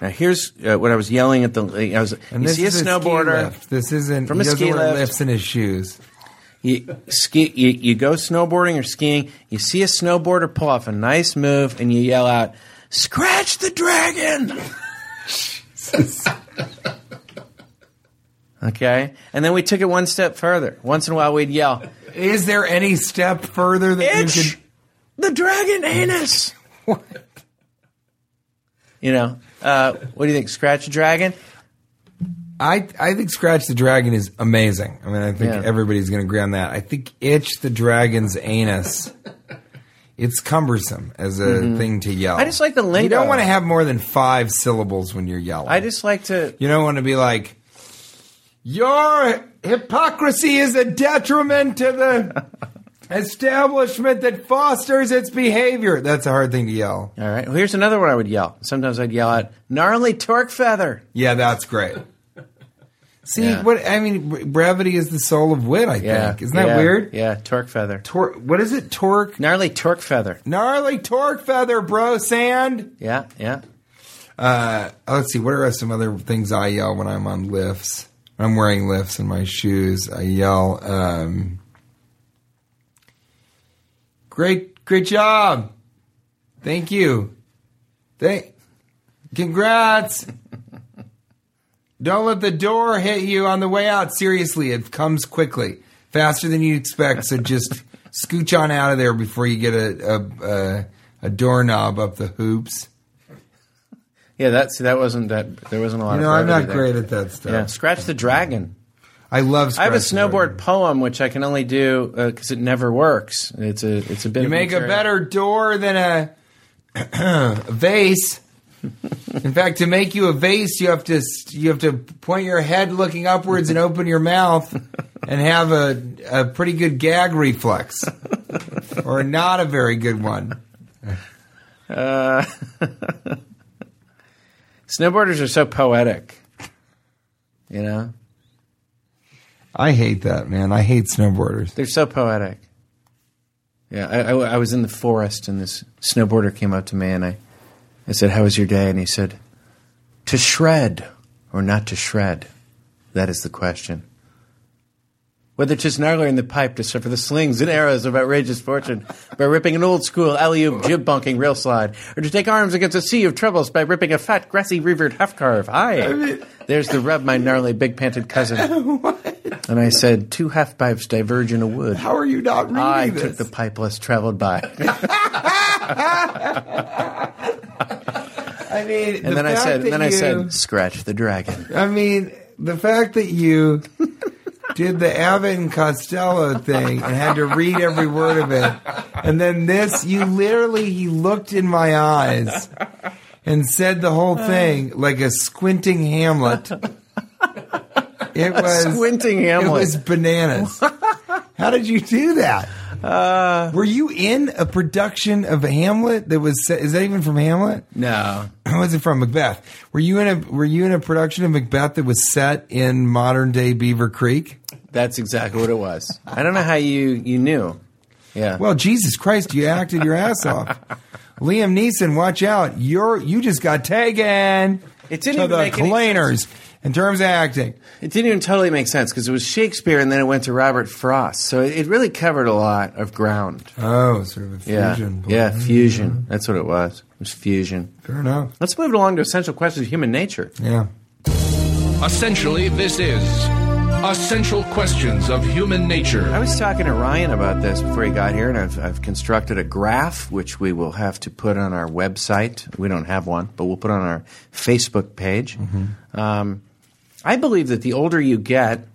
S2: Now here's uh, what I was yelling at the I was
S3: And
S2: you
S3: this
S2: see a
S3: is Ski
S2: snowboarder
S3: lift. This isn't
S2: From
S3: he
S2: a
S3: doesn't
S2: ski
S3: wear
S2: lift.
S3: lifts in his shoes.
S2: You ski. You, you go snowboarding or skiing. You see a snowboarder pull off a nice move, and you yell out, "Scratch the *laughs* dragon!" okay, and then we took it one step further. Once in a while, we'd yell,
S3: Is there any step further that you
S2: "Itch
S3: could?
S2: the dragon *laughs* anus." You know, uh, what do you think? Scratch a dragon?
S3: I I think Scratch the Dragon is amazing. I mean, I think
S2: Yeah.
S3: everybody's going to agree on that. I think Itch the Dragon's anus. It's cumbersome as a thing to yell.
S2: Mm-hmm. I just like the lingo.
S3: You don't want to have more than five syllables when you're yelling.
S2: I just like to.
S3: You don't want to be like, your hypocrisy is a detriment to the establishment that fosters its behavior. That's a hard thing to yell.
S2: All right. Well, here's another one I would yell. Sometimes I'd yell out, "Gnarly torque feather."
S3: Yeah, that's great. See
S2: Yeah.
S3: what I mean? br- Brevity is the soul of wit. I
S2: Yeah.
S3: think isn't that
S2: Yeah.
S3: weird?
S2: Yeah, torque feather.
S3: Tor- what is it? Torque?
S2: Gnarly torque feather.
S3: Gnarly torque feather, bro. Sand.
S2: Yeah, yeah.
S3: Uh, let's see. What are some other things I yell when I'm on lifts? When I'm wearing lifts in my shoes. I yell, um, "Great, great job! Thank you. Thank." Congrats. *laughs* Don't let the door hit you on the way out. Seriously, it comes quickly, faster than you expect. So just *laughs* scooch on out of there before you get a a, a, a doorknob up the hoops.
S2: Yeah, that see, that wasn't that. There wasn't a lot.
S3: You
S2: of
S3: know, I'm not
S2: brevity there.
S3: great at that stuff.
S2: Yeah, scratch the dragon.
S3: I love.
S2: I have a
S3: scratch
S2: snowboard
S3: and
S2: poem which I can only do because it never works. It's a it's a bit.
S3: You
S2: of
S3: make a
S2: material.
S3: better door than a, a *clears throat* vase. In fact, to make you a vase, you have to s- you have to point your head looking upwards and open your mouth and have a a pretty good gag reflex, or not a very good one.
S2: Snowboarders are so poetic. You know,
S3: I hate that man. I hate snowboarders.
S2: they're so poetic. Yeah, I, I, I was in the forest and this snowboarder came up to me and I, I said, "How was your day?" And he said, "To shred or not to shred, that is the question." Whether to snarler in the pipe to suffer the slings and arrows of outrageous fortune by ripping an old school alley oop jib bunking rail slide, or to take arms against a sea of troubles by ripping a fat grassy revered half carve. Aye, there's the rub, my gnarly big panted cousin. And I said, two half pipes diverge in a wood.
S3: How are you not reading
S2: I
S3: this?
S2: took the pipe less
S3: *laughs*
S2: traveled by.
S3: I mean,
S2: And then I said, and then I said, scratch the dragon.
S3: I mean, the fact that you did the Evan Costello thing and had to read every word of it, and then this, you literally, he looked in my eyes and said the whole thing like a squinting Hamlet. It was
S2: *laughs* Squinting
S3: It
S2: Hamlet.
S3: was bananas. How did you do that?
S2: Uh,
S3: Were you in a production of Hamlet that was? set- Is that even from Hamlet?
S2: no.
S3: was it from Macbeth? Were you in a Were you in a production of Macbeth that was set in modern day Beaver Creek?
S2: That's exactly what it was. I don't know how you, you knew. Yeah.
S3: Well, Jesus Christ, you acted your ass *laughs* off. Liam Neeson, watch out! You're you just got taken
S2: It didn't
S3: to
S2: even
S3: the
S2: make any
S3: cleaners in terms of acting.
S2: It didn't even totally make sense because it was Shakespeare and then it went to Robert Frost. So it, it really covered a lot of ground.
S3: Oh, sort of a
S2: Yeah.
S3: fusion.
S2: yeah, fusion. That's what it was. It was fusion.
S3: fair enough.
S2: Let's move it along to essential questions of human nature.
S3: Yeah.
S1: Essentially, this is Essential Questions of Human
S2: I
S1: Nature.
S2: was talking to Ryan about this before he got here, and I've, I've constructed a graph which we will have to put on our website. We don't have one, but we'll put on our Facebook page. Um, I believe that the older you get,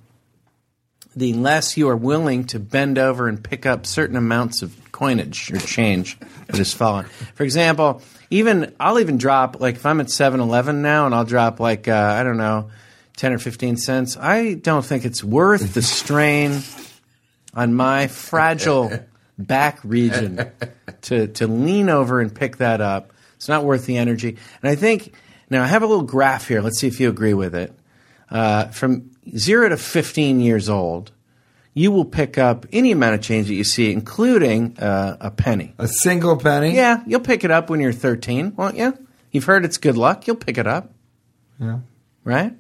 S2: the less you are willing to bend over and pick up certain amounts of coinage or change that is fallen. For example, even I'll even drop like if I'm at 7-Eleven now and I'll drop like uh, I don't know ten or fifteen cents. I don't think it's worth the strain on my fragile back region to, to lean over and pick that up. It's not worth the energy. And I think, now I have a little graph here. Let's see if you agree with it. Uh, from zero to 15 years old, you will pick up any amount of change that you see, including uh, a penny.
S3: A single penny.
S2: Yeah, you'll pick it up when you're 13, won't you? You've heard it's good luck. You'll pick it up,
S3: Yeah.
S2: right?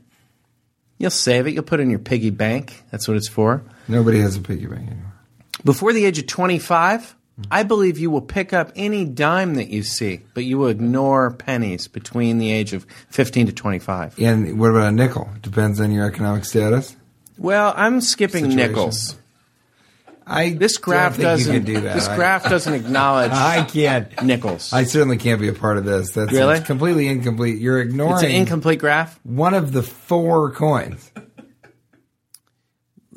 S2: You'll save it. You'll put it in your piggy bank. That's what it's for.
S3: Nobody has a piggy bank anymore.
S2: Before the age of 25, I believe you will pick up any dime that you see, but you will ignore pennies between the age of 15 to 25.
S3: And what about a nickel? Depends on your economic status.
S2: Well, I'm skipping
S3: Situation.
S2: nickels.
S3: I
S2: This graph
S3: don't think
S2: doesn't
S3: You can do that.
S2: this
S3: I- *laughs*
S2: graph doesn't acknowledge
S3: I can't.
S2: nickels.
S3: I certainly can't be a part of this. That's
S2: Really?
S3: it's completely incomplete. You're ignoring
S2: it's an incomplete graph.
S3: one of the four coins.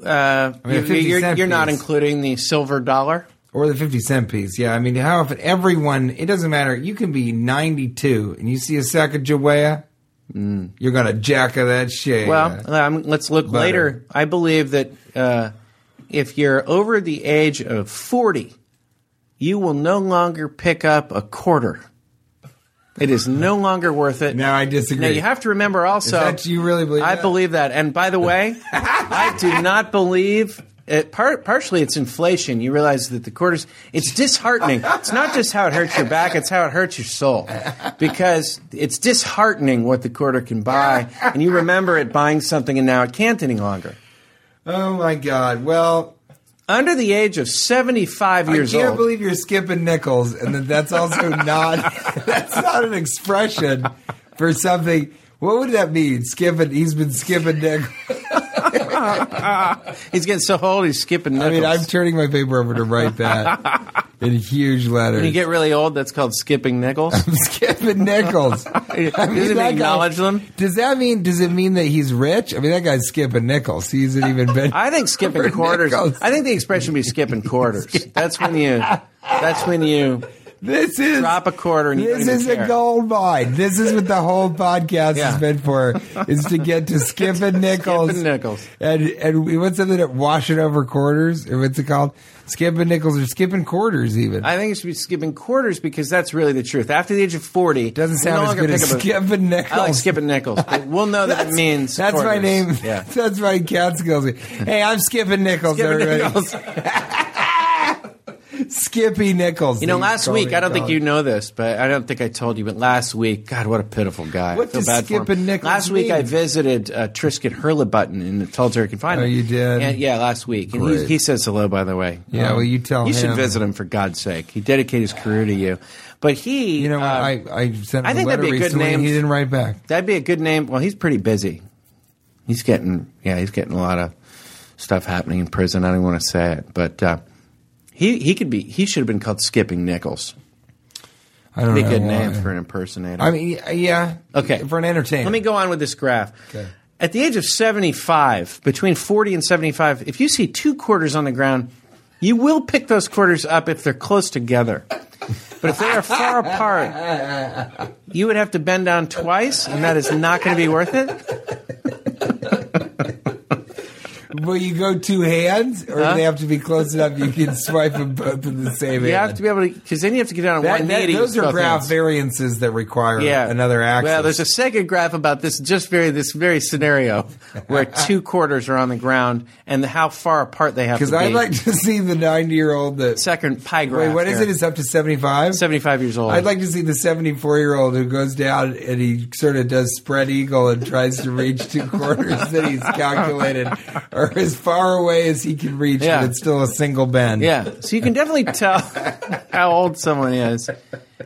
S2: Uh,
S3: mean, a
S2: you-
S3: 50
S2: you're,
S3: cent
S2: you're not
S3: piece.
S2: including the silver dollar.
S3: Or the 50 cent piece. Yeah, I mean, how often everyone, it doesn't matter. You can be 92 and you see a sack of Jawea, you're going to jack of that shit.
S2: Mm. Well, um, let's look later. I believe that uh, if you're over the age of 40, you will no longer pick up a quarter. It is no longer worth it.
S3: now I disagree.
S2: Now, you have to remember also.
S3: that- you really believe
S2: I
S3: that?
S2: believe that. And by the way, I do not believe. It, par- partially, it's inflation. You realize that the quarters. It's disheartening. It's not just how it hurts your back; it's how it hurts your soul, because it's disheartening what the quarter can buy. And you remember it buying something, and now it can't any longer.
S3: oh my God. Well,
S2: Under the age of seventy-five
S3: I
S2: years
S3: can't
S2: old,
S3: believe
S2: *laughs*
S3: you're skipping nickels and that that's also not, that's not an expression for something. What would that mean? Skipping? He's been skipping nickels.
S2: He's getting so old, he's skipping
S3: I
S2: nickels.
S3: mean, I'm turning my paper over to write
S2: *laughs*
S3: that in huge letters. *laughs*
S2: when you get really old, that's called skipping nickels.
S3: skipping
S2: *laughs*
S3: nickels.
S2: Doesn't he
S3: that
S2: acknowledge
S3: guy-
S2: them?
S3: Does that mean? Does it mean that he's rich? I mean, that guy's skipping nickels. He hasn't even been.
S2: *laughs* I think skipping
S3: For
S2: quarters.
S3: nickels.
S2: I think the expression would be skipping
S3: *laughs*
S2: quarters. That's when you. That's when you
S3: *laughs* This is
S2: drop a quarter and you
S3: This
S2: don't even
S3: is
S2: care.
S3: a gold mine. This is what the whole podcast
S2: Yeah.
S3: has been for: is to get
S2: *laughs*
S3: to skipping nickels,
S2: Skipping nickels.
S3: and and we what's something that washing over quarters, or what's it called? Skipping nickels or skipping quarters, even.
S2: I think it should be skipping quarters because that's really the truth. After the age of forty,
S3: Doesn't
S2: we
S3: sound
S2: no
S3: as
S2: longer
S3: good as
S2: pick up a-
S3: skipping nickels.
S2: I like skipping nickels.
S3: *laughs*
S2: But we'll know that it means
S3: that's my
S2: quarters.
S3: name.
S2: Yeah.
S3: *laughs* That's my cat skills. Hey, I'm skipping nickels,
S2: Skipping
S3: everybody. *laughs*
S2: nickels.
S3: Skippy nickels.
S2: You know,
S3: they
S2: last
S3: call
S2: week
S3: me
S2: I don't think
S3: dog.
S2: you know this, but I don't think I told you. But last week, God, what a pitiful guy!
S3: What
S2: I feel
S3: does
S2: bad for
S3: skipping
S2: him.
S3: nickels
S2: Last week I
S3: mean?
S2: visited uh, Trisket Hurlibutton in the solitary confinement.
S3: Oh, you did?
S2: And- yeah, last week, and he,
S3: Great.
S2: he says hello. By the way, Um,
S3: Yeah, well, you tell
S2: You should
S3: him.
S2: visit him for God's sake. He dedicated his career to you, but he,
S3: You know,
S2: uh,
S3: I I sent him
S2: I think
S3: a
S2: that'd
S3: letter
S2: be a good
S3: recently. and
S2: name.
S3: He didn't write back.
S2: that'd be a good name. Well, he's pretty busy. He's getting yeah, he's getting a lot of stuff happening in prison. I don't want to say it, but uh, he he could be he should have been called Skipping Nichols.
S3: I don't
S2: Be
S3: know
S2: a good
S3: why.
S2: name for an impersonator.
S3: I mean, yeah.
S2: Okay.
S3: For an entertainer.
S2: Let me go on with this graph.
S3: Okay.
S2: At the age of 75, between 40 and 75, if you see two quarters on the ground, you will pick those quarters up if they're close together. But if they are far apart, you would have to bend down twice, and that is not going to be worth it.
S3: Will you go two hands, or
S2: Huh?
S3: do they have to be close enough you can swipe them both in the same
S2: You
S3: hand?
S2: have to be able to, because then you have to get down on
S3: That-
S2: one
S3: that-
S2: knee. to
S3: those
S2: use
S3: are
S2: both
S3: graph
S2: hands.
S3: variances that require
S2: yeah.
S3: another axis.
S2: Well, there's a second graph about this just very this
S3: *laughs*
S2: very scenario where two quarters are on the ground and how far apart they have to
S3: because
S2: be.
S3: I'd like to see the ninety-year-old that.
S2: second pie graph.
S3: wait, what is
S2: here.
S3: it? It's up to seventy-five.
S2: 75 years old.
S3: I'd like to see the seventy-four-year-old who goes down and he sort of does spread eagle and tries to reach
S2: *laughs*
S3: two quarters that he's calculated, or as far away as he can reach,
S2: Yeah.
S3: but it's still a single bend. *laughs*
S2: Yeah. So you can definitely tell *laughs* how old someone is.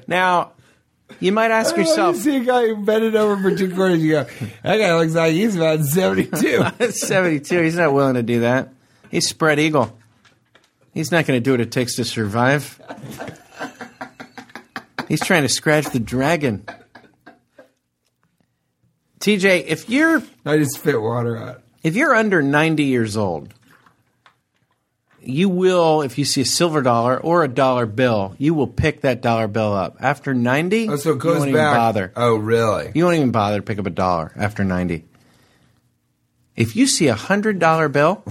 S2: Now, you might ask
S3: I love
S2: yourself,
S3: You see a guy who bent it over for two quarters. You go, that guy looks like he's about
S2: *laughs*
S3: seventy-two.
S2: 72, he's not willing to do that. He's spread eagle. He's not going to do what it takes to survive. He's trying to scratch the dragon. TJ, if you're
S3: I just spit water out.
S2: if you're under 90 years old, you will, if you see a silver dollar or a dollar bill, you will pick that dollar bill up. After 90,
S3: Oh, so it goes
S2: you won't
S3: back.
S2: even bother.
S3: Oh, really?
S2: You won't even bother to pick up a dollar after 90. If you see a $100 bill,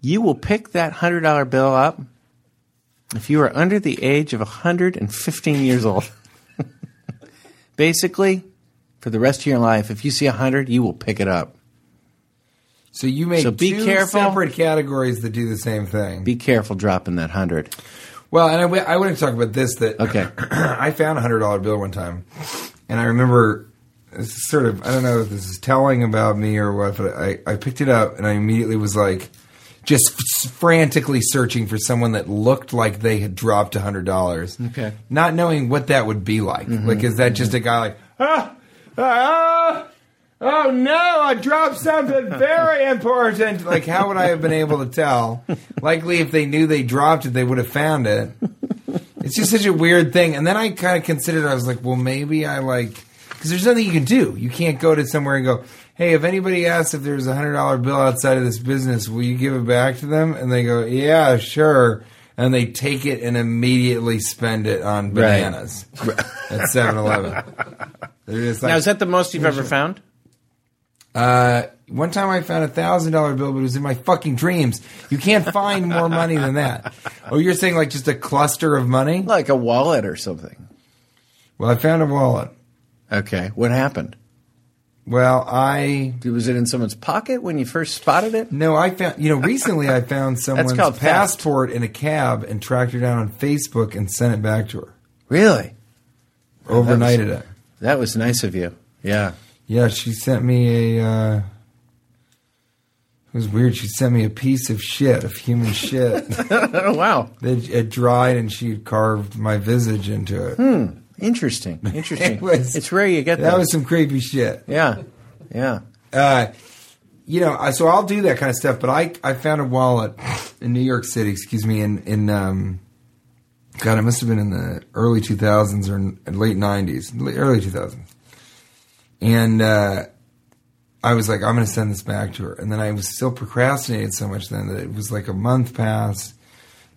S2: you will pick that $100 bill up if you are under the age of 115 years old. *laughs* Basically, for the rest of your life, if you see a 100, you will pick it up.
S3: So you make
S2: So be
S3: two
S2: careful.
S3: separate categories that do the same thing.
S2: Be careful dropping that 100.
S3: well, and I, w- I want to talk about this. That *clears throat*
S2: Okay.
S3: I found a hundred dollar bill one time, and I remember this is sort of I don't know if this is telling about me or what, but I, I picked it up and I immediately was like. Just f- frantically searching for someone that looked like they had dropped a hundred dollars.
S2: Okay. Mm-hmm.
S3: not knowing what that would be like. Like, is that just a guy like, ah, ah, oh no, I dropped something very important? Like, how would I have been able to tell? Likely, if they knew they dropped it, they would have found it. It's just such a weird thing. And then I kind of considered, I was like, well, maybe I like, because there's nothing you can do. You can't go to somewhere and go, hey, if anybody asks if there's a $100 bill outside of this business, will you give it back to them? And they go, yeah, sure. And they take it and immediately spend it on bananas at 7 Eleven. They're just like,
S2: Now, is that the most you've ever found?
S3: uh, one time I found a thousand dollar bill, but it was in my fucking dreams. You can't find more money than
S2: *laughs*
S3: that. Oh, you're saying like just a cluster of money?
S2: Like a wallet or something.
S3: Well, I found a wallet.
S2: Okay. What happened?
S3: Well, I
S2: Was it in someone's pocket when you first spotted it?
S3: No, I found you know recently I found someone's
S2: called theft.
S3: passport in a cab and tracked her down on Facebook and sent it back to her.
S2: Really?
S3: Overnighted it.
S2: That was nice of you. Yeah.
S3: Yeah, she sent me a. Uh, it was weird. She sent me a piece of shit, of human
S2: *laughs*
S3: shit.
S2: Oh wow. Hmm.
S3: it, it dried, and she carved my visage into it. *laughs*
S2: Interesting. Interesting.
S3: It was-
S2: it's rare you get that.
S3: That was some creepy shit.
S2: yeah. Yeah.
S3: Uh, you know, I- so I'll do that kind of stuff. But I, I found a wallet in New York City. Excuse me, in in um, God, it must have been in the early two thousands or n- late nineties, early two thousands. And uh, I was like, I'm going to send this back to her. And then I was still procrastinating so much then that it was like a month passed,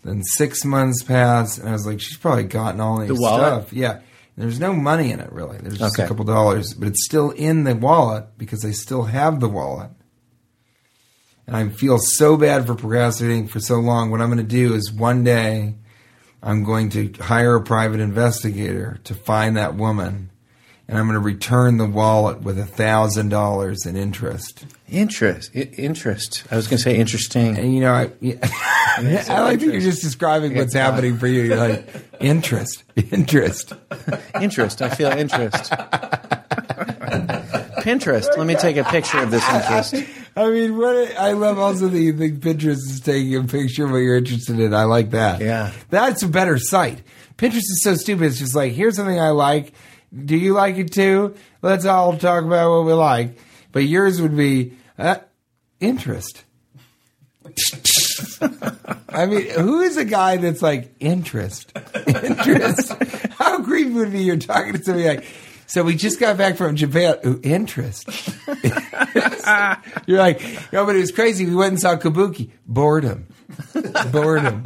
S3: then six months passed, and I was like, she's probably gotten all these
S2: wallet?
S3: stuff. Yeah. There's no money in it really. There's just a
S2: Okay.
S3: couple dollars, but it's still in the wallet because I still have the wallet. And I feel so bad for procrastinating for so long. What I'm going to do is one day I'm going to hire a private investigator to find that woman and I'm going to return the wallet with a thousand dollars in interest.
S2: Interest. I- interest. I was going to say interesting.
S3: And you know, I, *laughs* yeah, I like that you're just describing what's happening for you. You're like interest, *laughs* interest.
S2: Interest. I
S3: *laughs*
S2: feel interest. Pinterest. Let me take a picture of this interest.
S3: I mean, what I love also that you think Pinterest is taking a picture of what you're interested in. I like that.
S2: Yeah.
S3: that's a better site. Pinterest is so stupid. It's just like here's something I like. Do you like it too? Let's all talk about what we like. But yours would be uh, interest. I mean, who is a guy that's like interest? *laughs* Interest. How creepy would it be you're talking to somebody like, so we just got back from Japan. Ooh, interest. *laughs* you're like, no, but it was crazy. We went and saw Kabuki. Boredom. Boredom.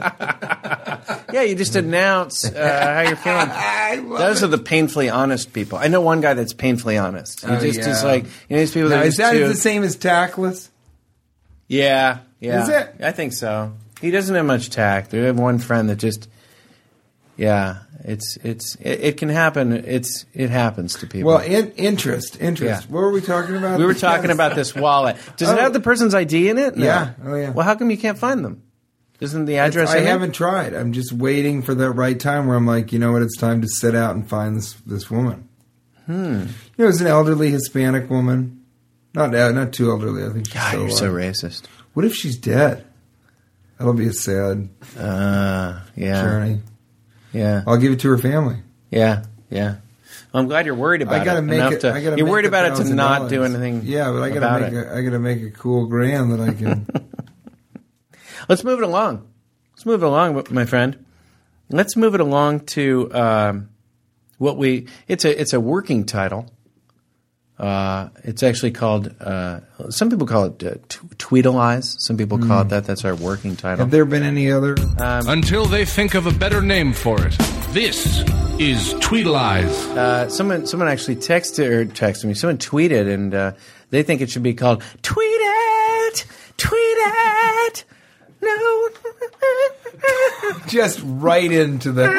S2: Yeah, you just announce uh, how you're feeling.
S3: I love
S2: Those
S3: it.
S2: are the painfully honest people. I know one guy that's painfully honest. He
S3: Oh,
S2: just
S3: yeah.
S2: is like, you know, these people that
S3: Now,
S2: are
S3: is
S2: just
S3: that
S2: too-
S3: the same as tactless?
S2: Yeah, yeah.
S3: Is it?
S2: I think so. He doesn't have much tact. We have one friend that just, yeah, it's it's it, it can happen. It's it happens to people.
S3: Well, in, interest. Interest.
S2: Yeah.
S3: What were we talking about?
S2: we were talking about this wallet. Does it
S3: Oh.
S2: have the person's ID in it? No.
S3: Yeah. Oh, yeah.
S2: Well, how come you can't find them? Isn't the address?
S3: I
S2: in it?
S3: haven't tried. I'm just waiting for the right time where I'm like, you know what? It's time to sit out and find this this woman. Hmm. You know, it's an elderly Hispanic woman. Not uh, not too elderly. I think. She's
S2: God,
S3: still
S2: you're so
S3: alive.
S2: racist.
S3: What if she's dead? That'll be a sad
S2: Uh, yeah,
S3: journey.
S2: yeah,
S3: I'll give it to her family.
S2: yeah, yeah. Well, I'm glad you're worried about
S3: I gotta
S2: it.
S3: make
S2: enough
S3: it.
S2: to-
S3: I gotta
S2: you're
S3: make
S2: worried
S3: the
S2: about it to
S3: thousand
S2: not do
S3: dollars.
S2: anything.
S3: Yeah, but I gotta
S2: about
S3: make
S2: it.
S3: a, I gotta make a cool grand that I
S2: *laughs*
S3: can.
S2: Let's move it along. Let's move it along, my friend. Let's move it along to um, what we. It's a it's a working title. Uh, it's actually called. Uh, some people call it uh, t- Tweedle Eyes. Some people call it that. That's our working title.
S3: Have Mm. there been any other?
S2: Uh,
S1: Until they think of a better name for it. This is Tweedleize.
S2: Uh, someone someone actually texted or texted me. Someone tweeted, and uh, they think it should be called Tweet It, Tweet It. No,
S3: Just right into
S2: *laughs*
S3: the.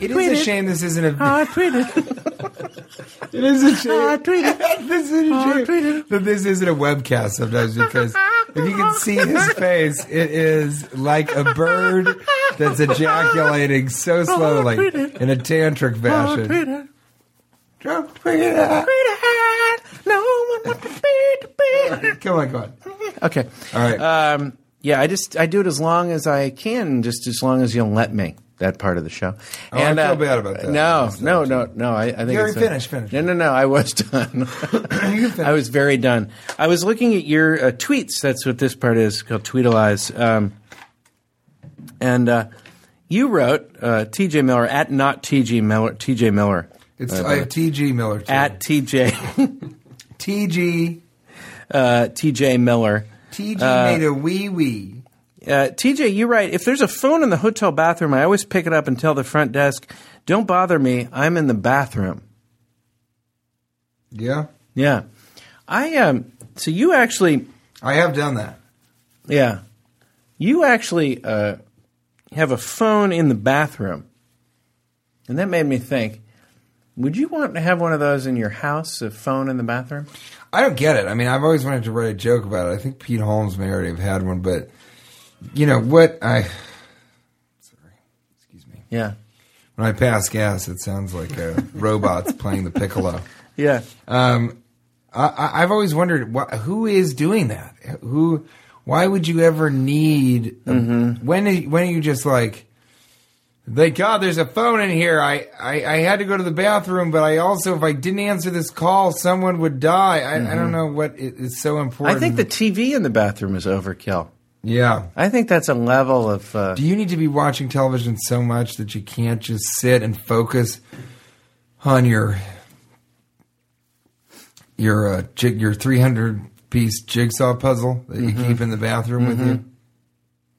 S3: It is a shame this isn't a.
S2: I tweeted.
S3: *laughs* It is a shame.
S2: I tweeted.
S3: *laughs* this is
S2: Oh,
S3: true.
S2: tweeted.
S3: That this isn't a webcast sometimes because if you can see his face, it is like a bird that's ejaculating so slowly
S2: tweeted.
S3: in a tantric
S2: I
S3: fashion.
S2: tweeted.
S3: Don't tweet it out.
S2: No one wants to be to be.
S3: Come on, come on.
S2: Okay.
S3: All right.
S2: Um, yeah, I just I do it as long as I can, just as long as you'll let me. That part of the show. uh,
S3: Oh, I feel bad about that.
S2: No,
S3: That's
S2: no,
S3: not
S2: no, no. I, I think
S3: Gary,
S2: it's a-
S3: finish, finish.
S2: No, no, no. I
S3: *coughs*
S2: was done. I was very done. I was looking at your uh, tweets. That's what this part is called Tweetalize. Um, and uh, you wrote uh, T.J. Miller at not T.J. Miller. T.J. Miller
S3: It's I have TG Miller too.
S2: at T.J.
S3: TG
S2: uh, T.J. Miller.
S3: TG made a wee wee.
S2: Uh, TJ, you're right. If there's a phone in the hotel bathroom, I always pick it up and tell the front desk, "Don't bother me. I'm in the bathroom."
S3: Yeah,
S2: Yeah, I um. So you actually,
S3: I have done that.
S2: yeah, you actually uh, have a phone in the bathroom, and that made me think. Would you want to have one of those in your house? A phone in the bathroom?
S3: I don't get it. I mean, I've always wanted to write a joke about it. I think Pete Holmes may already have had one, but you know what? I *sighs* sorry, excuse me.
S2: Yeah,
S3: When I pass gas, it sounds like uh, robots playing the piccolo.
S2: yeah.
S3: Um, I, I- I've always wondered wh- who is doing that. Who? why would you ever need?
S2: Mm-hmm.
S3: When are- when are you just like? Thank God there's a phone in here. I, I, I had to go to the bathroom, but I also, if I didn't answer this call, someone would die. I, I don't know what i- is so important.
S2: Mm-hmm. I think the TV in the bathroom is overkill.
S3: Yeah.
S2: I think that's a level of. Uh,
S3: Do you need to be watching television so much that you can't just sit and focus on your your uh, jig, your three hundred piece jigsaw puzzle that you
S2: Mm-hmm.
S3: keep in the bathroom with you?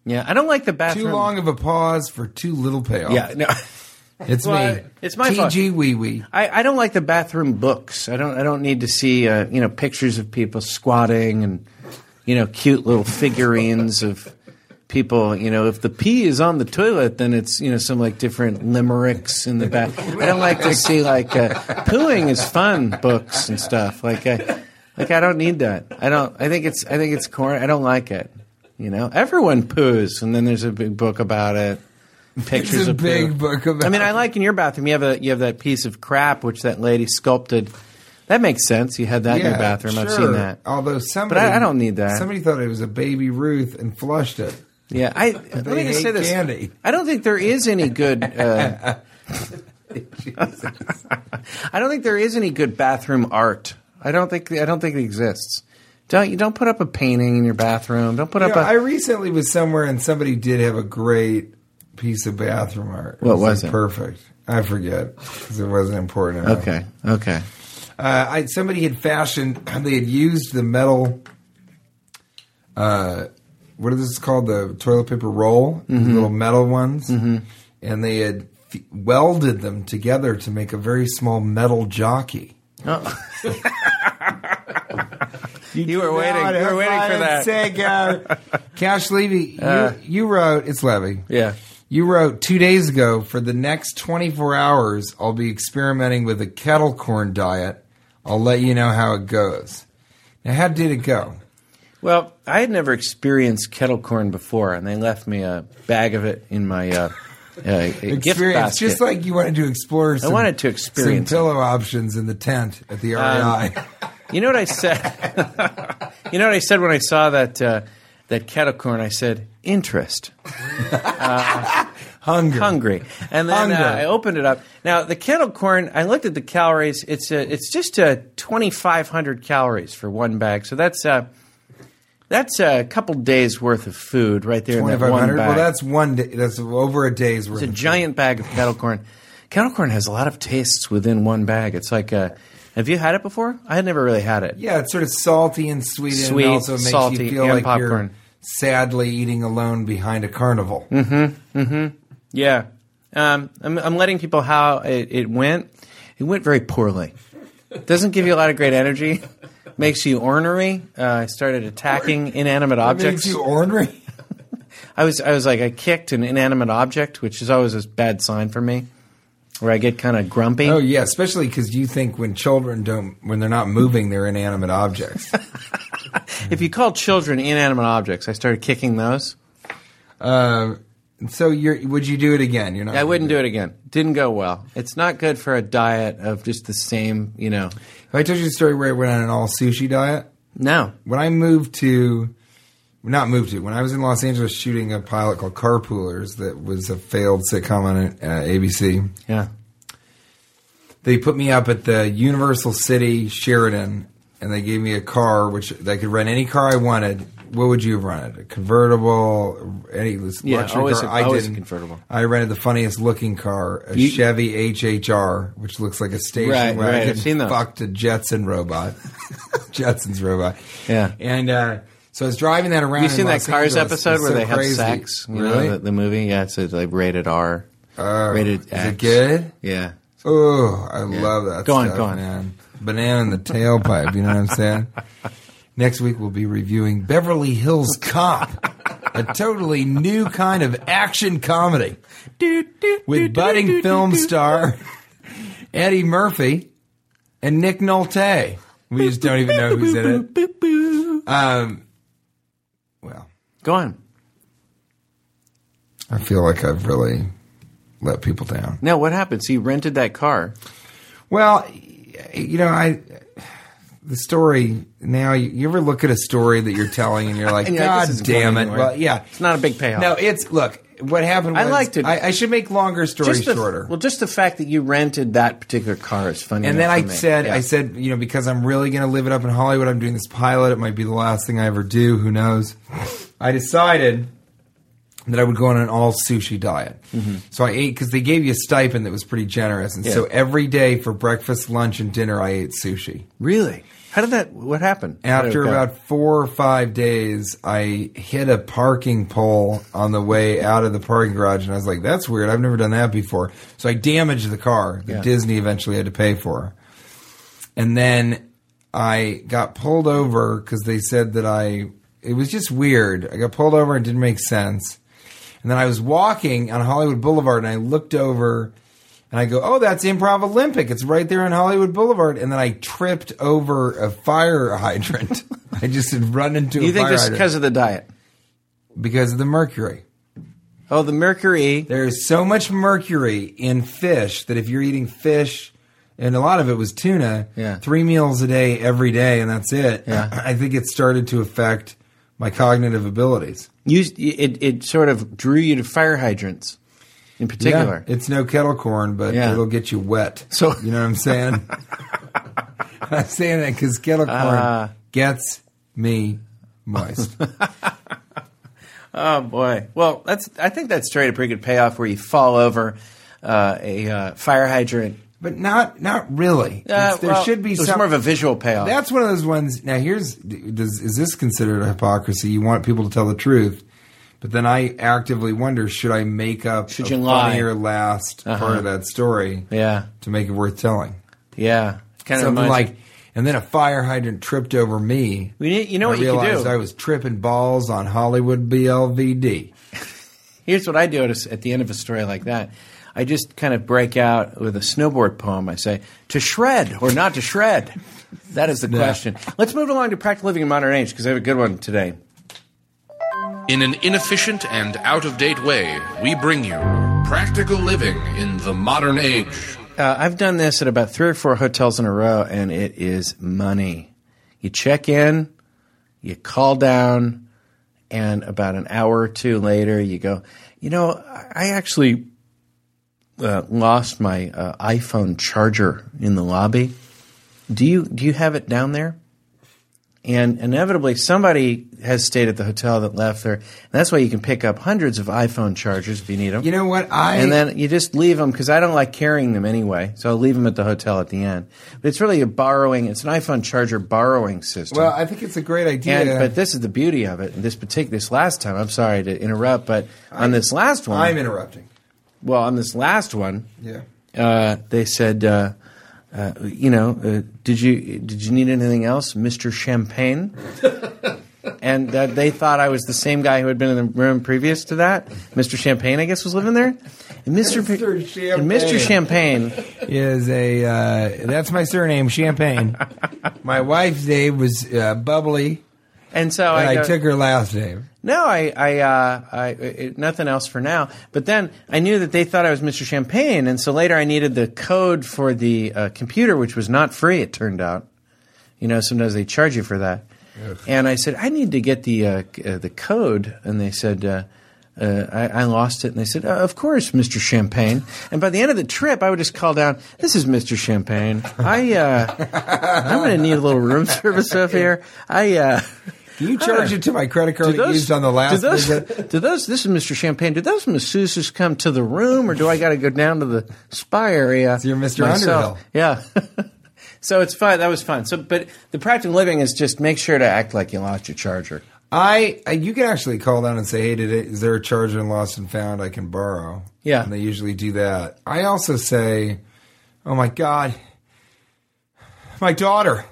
S2: yeah, I don't like the Mm-hmm. bathroom.
S3: Too long of a pause for too little payoff.
S2: Yeah, no. *laughs*
S3: it's
S2: Well,
S3: me.
S2: I- it's my fault.
S3: TG wee wee.
S2: I, I don't like the bathroom books. I don't. I don't need to see uh, you know pictures of people squatting and you know cute little figurines of people. You know, if the pee is on the toilet, then it's you know some like different limericks in the back. I don't like to see like uh, pooing is fun books and stuff. Like I, like I don't need that. I don't. I think it's. I think it's corny. I don't like it. You know, everyone poos, and then there's a big book about it.
S3: It's
S2: Pictures
S3: a
S2: of poo.
S3: big book about.
S2: I mean, *laughs* I like in your bathroom. You have a you have that piece of crap which that lady sculpted. That makes sense. You had that in your bathroom. I've
S3: sure.
S2: seen that.
S3: Although somebody,
S2: I don't need that.
S3: Somebody thought it was a baby Ruth and flushed it.
S2: Yeah, I let me just
S3: hate
S2: say this.
S3: candy.
S2: I don't think there is any good. *laughs* Uh, I don't think there is any good bathroom art. I don't think I don't think it exists. Don't you don't put up a painting in your bathroom. Don't put
S3: You
S2: up
S3: know,
S2: a
S3: I recently was somewhere and somebody did have a great piece of bathroom art.
S2: What was
S3: like,
S2: it?
S3: Perfect. I forget because it wasn't important. enough.
S2: okay okay.
S3: Uh, I, somebody had fashioned. *clears throat* They had used the metal. Uh, what is this called? The toilet paper roll,
S2: Mm-hmm.
S3: the little metal ones, and they had f- welded them together to make a very small metal jockey.
S2: Oh. you were
S3: God,
S2: waiting. You were
S3: for
S2: waiting for
S3: Ryan's
S2: that.
S3: sake, uh, *laughs* Cash Levy,
S2: Uh.
S3: you, you wrote, it's Levy.
S2: Yeah.
S3: You wrote two days ago for the next 24 hours, I'll be experimenting with a kettle corn diet. I'll let you know how it goes. Now, how did it go?
S2: Well, I had never experienced kettle corn before, and they left me a bag of it in my uh, uh, gift
S3: Experience,
S2: basket.
S3: just like you wanted to explore some,
S2: wanted to experience Um,
S3: some pillow options in the tent at the E REI.
S2: *laughs* you know what I said? *laughs* you know what I said when I saw that uh, that kettle corn? I said interest,
S3: Hunger.
S2: hungry, and then uh,
S3: Hunger.
S2: I opened it up. Now the kettle corn, I looked at the calories. It's uh it's just uh, twenty five hundred calories for one bag, so that's. Uh, that's a couple days worth of food right there in that one
S3: 2500
S2: bag.
S3: Well, that's one day. That's over a day's worth.
S2: It's a
S3: of-
S2: giant bag of kettle corn. Kettle corn has a lot of tastes within one bag. It's like a. Have you had it before? I had never really had it.
S3: Yeah, it's sort of salty and sweet,
S2: Sweet,
S3: and it also makes
S2: salty,
S3: you feel
S2: and
S3: like you're
S2: popcorn. Mm.
S3: sadly eating alone behind a carnival.
S2: Yeah. Um, I'm, I'm letting people how it, it went. It went very poorly. Doesn't give you a lot of great energy. Makes you ornery. Uh, I started attacking inanimate objects.
S3: Makes you ornery.
S2: I was I was like I kicked an inanimate object, which is always a bad sign for me, where I get kind of grumpy.
S3: Oh yeah, especially because you think when children don't, when they're not moving, they're inanimate
S2: *laughs*
S3: objects.
S2: If you call children inanimate objects, I started kicking those.
S3: uh, so you're, would you do it again? You're not.
S2: I wouldn't do it again. Didn't go well. It's not good for a diet of just the same, you know.
S3: Have I told you the story where I went on an all sushi diet?
S2: No.
S3: when I moved to, not moved to, when I was in Los Angeles shooting a pilot called Carpoolers that was a failed sitcom on uh, ABC.
S2: Yeah.
S3: they put me up at the Universal City Sheridan, and they gave me a car which I could rent any car I wanted. What would you have rented? A convertible, any luxury
S2: Yeah, always
S3: car?
S2: a-
S3: I
S2: always a
S3: didn't.
S2: convertible.
S3: I rented the funniest looking car, a
S2: You-
S3: Chevy HHR, which looks like a station
S2: Right,
S3: where
S2: right,
S3: I
S2: I've
S3: could
S2: seen those.
S3: fuck a Jetson robot, *laughs* Jetson's robot.
S2: Yeah.
S3: and uh, so I was driving that around.
S2: You
S3: in
S2: seen that
S3: Los Angeles.
S2: Cars
S3: It
S2: episode
S3: was
S2: where
S3: so
S2: they have
S3: crazy.
S2: sex? You
S3: Really?
S2: Know, the, the movie? Yeah, it's, it's like rated R.
S3: Oh,
S2: rated
S3: is
S2: X.
S3: it good?
S2: Yeah.
S3: Oh, I love that.
S2: Go on,
S3: stuff,
S2: go on.
S3: man. Banana in the tailpipe. You know what I'm
S2: *laughs*
S3: saying? Next week we'll be reviewing Beverly Hills Cop, a totally new kind of action comedy with budding film star Eddie Murphy and Nick Nolte. We just don't even know who's in it. Um, well,
S2: Go on.
S3: I feel like I've really let people down.
S2: Now, what happened? So you rented that car.
S3: Well, you know, I the story now. You, you ever look at a story that you're telling and you're like,
S2: And you're like,
S3: God
S2: this isn't going
S3: damn it!
S2: anywhere."
S3: Well, yeah,
S2: It's not a big payoff.
S3: No, it's look. What happened?
S2: I
S3: Was,
S2: liked it.
S3: I, I should make longer stories
S2: just the,
S3: shorter.
S2: Well, just the fact that you rented that particular car is funny.
S3: and then
S2: enough
S3: I
S2: for me.
S3: said,
S2: Yeah.
S3: I said, you know, because I'm really going to live it up in Hollywood. I'm doing this pilot. It might be the last thing I ever do. Who knows? I decided that I would go on an all sushi diet. So I ate because they gave you a stipend that was pretty generous, and so
S2: Mm-hmm. Yeah.
S3: every day for breakfast, lunch, and dinner, I ate sushi.
S2: really? How did that? What happened? How did
S3: After
S2: it go?
S3: about four or five days, I hit a parking pole on the way out of the parking garage, and I was like, "That's weird. I've never done that before." So I damaged the car that
S2: Yeah.
S3: Disney eventually had to pay for, and then I got pulled over because they said that I. It was just weird. I got pulled over; it didn't make sense. And then I was walking on Hollywood Boulevard, and I looked over. And I go, oh, that's Improv Olympic. It's right there on Hollywood Boulevard. And then I tripped over a fire hydrant. *laughs* I just had run into a
S2: you think
S3: fire
S2: this
S3: hydrant
S2: because of the diet?
S3: because of the mercury.
S2: Oh, the mercury.
S3: There is so much mercury in fish that if you're eating fish, and a lot of it was tuna,
S2: Yeah.
S3: three meals a day every day, and that's it.
S2: Yeah.
S3: *clears throat* I think it started to affect my cognitive abilities.
S2: You, it, it sort of drew you to fire hydrants, in particular.
S3: Yeah, it's no kettle corn, but
S2: Yeah.
S3: it'll get you wet.
S2: So-
S3: you know what I'm
S2: *laughs*
S3: saying? I'm saying that because kettle corn
S2: Ah.
S3: gets me
S2: *laughs*
S3: moist.
S2: Oh boy. Well, that's. I think that's straight a pretty good payoff where you fall over uh, a uh, fire hydrant.
S3: but not not really.
S2: Uh,
S3: It's- there
S2: well,
S3: should be
S2: There's
S3: some
S2: more of a visual payoff.
S3: That's one of those ones. Now, here's does, is this considered a hypocrisy? You want people to tell the truth, but then I actively wonder: should I make up
S2: Should
S3: a
S2: you lie? Uh-huh.
S3: funnier last part of that story
S2: yeah.
S3: to make it worth telling?
S2: Yeah. Kind
S3: Something
S2: reminds-
S3: like, and then a fire hydrant tripped over me.
S2: We need- you know
S3: I
S2: what you
S3: realized
S2: could do.
S3: I was tripping balls on Hollywood BLVD.
S2: Here's what I do at, a s at the end of a story like that. I just kind of break out with a snowboard poem. I say, to shred or not to shred? That *laughs* is the question. Let's move along to practical living in modern age because I have a good one today.
S1: In an inefficient and out of date way, we bring you practical living in the modern age.
S2: Uh, I've done this at about three or four hotels in a row, and it is money. You check in, you call down, and about an hour or two later, you go, you know, I I actually uh, lost my uh, iPhone charger in the lobby. Do you do you have it down there? And inevitably, somebody has stayed at the hotel that left there. And that's why you can pick up hundreds of iPhone chargers if you need them.
S3: You know what? I
S2: And then you just leave them because I don't like carrying them anyway. So I'll leave them at the hotel at the end. But it's really a borrowing. It's an iPhone charger borrowing system.
S3: well, I think it's a great idea.
S2: and, but this is the beauty of it. And this particular, this last time, I'm sorry to interrupt, but on this last one,
S3: I'm interrupting.
S2: well, on this last one,
S3: Yeah.
S2: uh, they said, uh, uh, you know, uh, did you did you need anything else, Mister *laughs* Champagne? and that they thought I was the same guy who had been in the room previous to that. Mister Champagne, I guess, was living there. And Mister
S3: Mr.
S2: and Mister Champagne,
S3: Is a uh, that's my surname,
S2: *laughs*
S3: Champagne. my wife's name was uh, Bubbly,
S2: and so
S3: and
S2: I,
S3: I,
S2: go,
S3: took her last name.
S2: No, I, I, uh, I, it, nothing else for now. But then I knew that they thought I was Mr. Champagne, and so later I needed the code for the uh, computer, which was not free. It turned out, you know, sometimes they charge you for that. And I said, I need to get the uh, c- uh, the code, and they said. Uh, uh, I, I lost it, and they said, uh, "Of course, Mr. Champagne." And by the end of the trip, I would just call down, "This is Mr. Champagne. I uh, I'm going to need a little room *laughs* service up here. I uh,
S3: Do you charge it to my credit card
S2: do
S3: that you used on the last?
S2: do those, *laughs*
S3: visit?
S2: do those this is Mr. Champagne. Do those masseuses come to the room or do I gotta go down to the spa area?
S3: you're Mr.
S2: myself?
S3: Underhill.
S2: Yeah. *laughs* so it's fun. That was fun. So but the practical living is just make sure to act like you lost your charger.
S3: I, I you can actually call down and say, "Hey, did it, is there a charger in lost and found I can borrow?"
S2: Yeah.
S3: and they usually do that. I also say, "Oh my god, my daughter,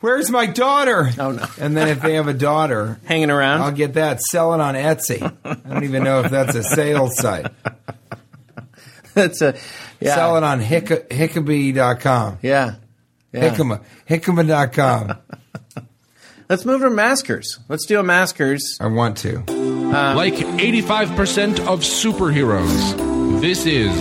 S3: where's my daughter?"
S2: Oh, no. *laughs*
S3: And then if they have a daughter,
S2: Hanging around.
S3: I'll get that. Sell it on Etsy. I don't even know if that's a sales site.
S2: *laughs* That's a yeah.
S3: Sell it on hick- hickabee.com.
S2: Yeah. Yeah.
S3: Hickama. Hickama.com.
S2: Let's move to maskers. Let's do a maskers.
S3: I want to.
S1: like 85% of superheroes, this is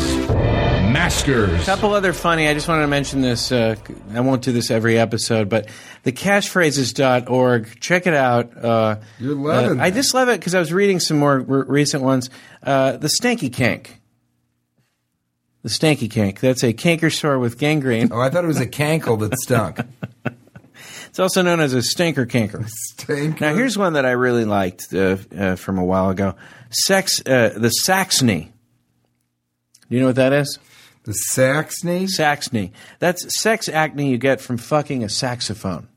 S6: Maskers.
S2: couple other funny. I just wanted to mention this. Uh, I won't do this every episode, but the catchphrases.org. Check it out. Uh,
S3: You're loving
S2: uh, I
S3: that.
S2: just love it because I was reading some more re- recent ones. Uh, the stanky kink. The stanky kink. That's a canker sore with gangrene.
S3: Oh, I thought it was a cankle that stunk.
S2: It's also known as a stinker canker.
S3: Stink.
S2: Now here's one that I really liked uh, uh, from a while ago. Sex. Uh, the Saxony. Do you know what that is?
S3: the Saxony?
S2: Saxony. That's sex acne you get from fucking a saxophone.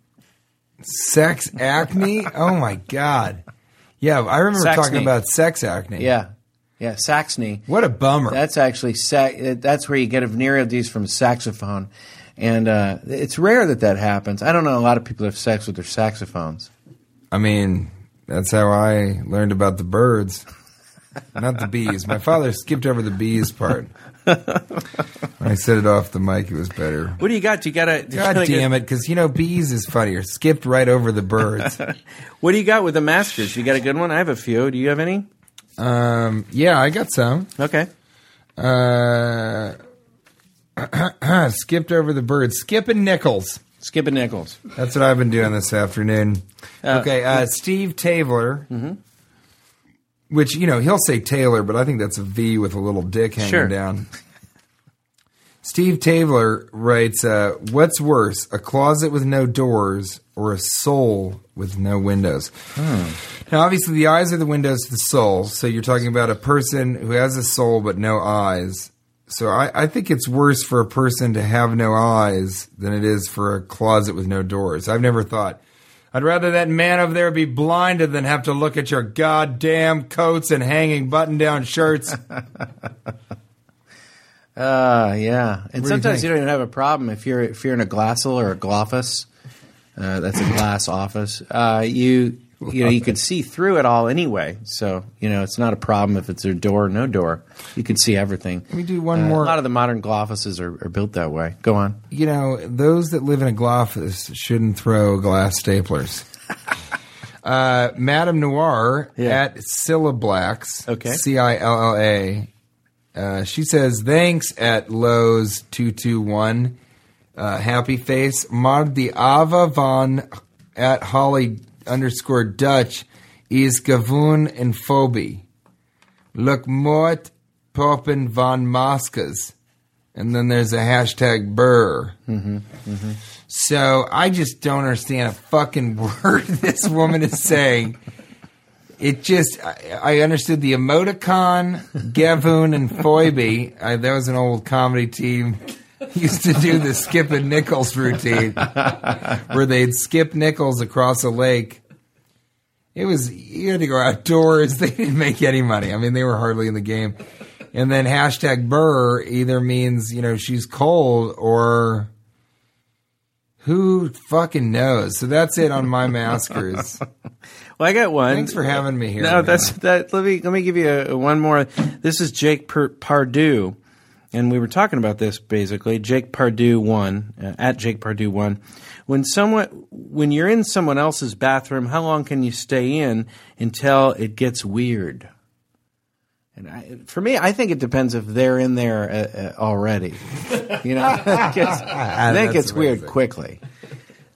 S3: Sex acne? Oh my god. Yeah, I remember
S2: Saxony.
S3: talking about sex acne.
S2: Yeah, yeah, Saxony.
S3: What a bummer.
S2: That's actually sa- that's where you get a venereal disease from saxophone, and uh, it's rare that that happens. I don't know a lot of people have sex with their saxophones.
S3: I mean, that's how I learned about the birds. Not the bees. My father skipped over the bees part. When I said it off the mic, it was better.
S2: What do you got? Do you got a
S3: God damn it, because you know bees is funnier. Skipped right over the
S2: *laughs*
S3: birds.
S2: What do you got with the masters? You got a good one? I have a few. Do you have any?
S3: Um, yeah, I got some.
S2: Okay.
S3: Uh, *clears throat* skipped over the birds. Skipping nickels.
S2: Skip and Nichols.
S3: That's what I've been doing this afternoon. okay, uh, Steve Taylor, which you know he'll say Taylor, but I think that's a V with a little dick hanging
S2: Sure.
S3: down. Steve Taylor writes, uh, "What's worse, a closet with no doors or a soul with no windows?" Now, obviously, the eyes are the windows to the soul. So you're talking about a person who has a soul but no eyes. So I, I think it's worse for a person to have no eyes than it is for a closet with no doors. I've never thought. I'd rather that man over there be blinded than have to look at your goddamn coats and hanging button down
S2: *laughs*
S3: shirts.
S2: Uh, yeah. And
S3: do you
S2: sometimes
S3: think?
S2: you, don't even have a problem if you're if you're in a glassel or a glophus. Uh, that's a glass office. Uh, you you know you can see through it all anyway. So you know it's not a problem if it's a door or no door. You can see everything. Let
S3: me do one more.
S2: Uh, A lot of the modern glophuses are, are built that way. Go on.
S3: you know, those that live in a glofus shouldn't throw glass
S2: *laughs*
S3: staplers. uh, Madame Noir
S2: Yeah.
S3: at Cilla Blacks,
S2: Okay.
S3: C I L L A. Uh, she says, thanks at Lowe's 221. Uh, happy face. Mardi Ava van at Holly underscore Dutch is gavoon en phobie. Look mort poppen van maskers. And then there's a hashtag burr. So I just don't understand a fucking *laughs* word this woman is saying. It just, I, I understood the
S2: *laughs*
S3: emoticon, Gavoon, and Foibe. I, that was an old comedy team. *laughs* Used to do the skip and nickels
S2: *laughs*
S3: routine where they'd skip nickels across a lake. It was, you had to go outdoors. *laughs* They didn't make any money. I mean, they were hardly in the game. And then hashtag burr either means, you know, she's cold or who fucking knows. So that's it on
S2: *laughs*
S3: my maskers.
S2: Well, I got one.
S3: Thanks for having me here.
S2: No,
S3: man.
S2: that's that. Let me let me give you a, one more. This is Jake per- Pardue, and we were talking about this basically. Jake Pardue one uh, at Jake Pardue one. When someone when you're in someone else's bathroom, how long can you stay in until it gets weird? And I, for me, I think it depends if they're in there uh, uh, already. You know, *laughs*
S3: *laughs*
S2: 'Cause then
S3: Ah, that's
S2: it gets weird
S3: amazing.
S2: quickly.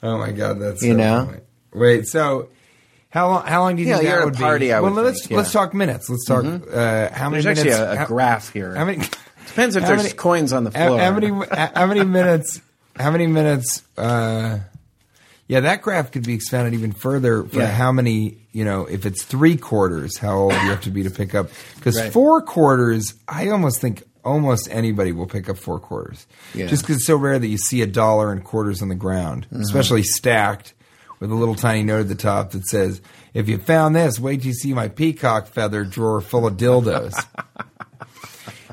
S3: Oh my god, that's
S2: You
S3: so
S2: know?
S3: funny. Wait, so how long? How long do you
S2: Yeah,
S3: think
S2: you're
S3: that
S2: at a
S3: would
S2: party,
S3: Be?
S2: I
S3: well,
S2: would
S3: let's
S2: think, yeah. Mm-hmm.
S3: let's talk minutes. Let's talk. Uh, how many
S2: There's actually
S3: minutes?
S2: a, a
S3: how-
S2: graph here.
S3: How many?
S2: depends if
S3: how
S2: there's
S3: many-
S2: coins on the
S3: How,
S2: floor.
S3: how many? How many minutes? How many minutes? Uh, yeah, that graph could be expanded even further for
S2: Yeah.
S3: how many. You know, if it's three quarters, how old you have to be to pick up? Because
S2: Right.
S3: four quarters, I almost think almost anybody will pick up four quarters.
S2: Yeah. Mm-hmm.
S3: Just because it's so rare that you see a dollar and quarters on the ground, especially stacked with a little tiny note at the top that says, "If you found this, wait till you see my peacock feather drawer full of
S2: *laughs*
S3: dildos."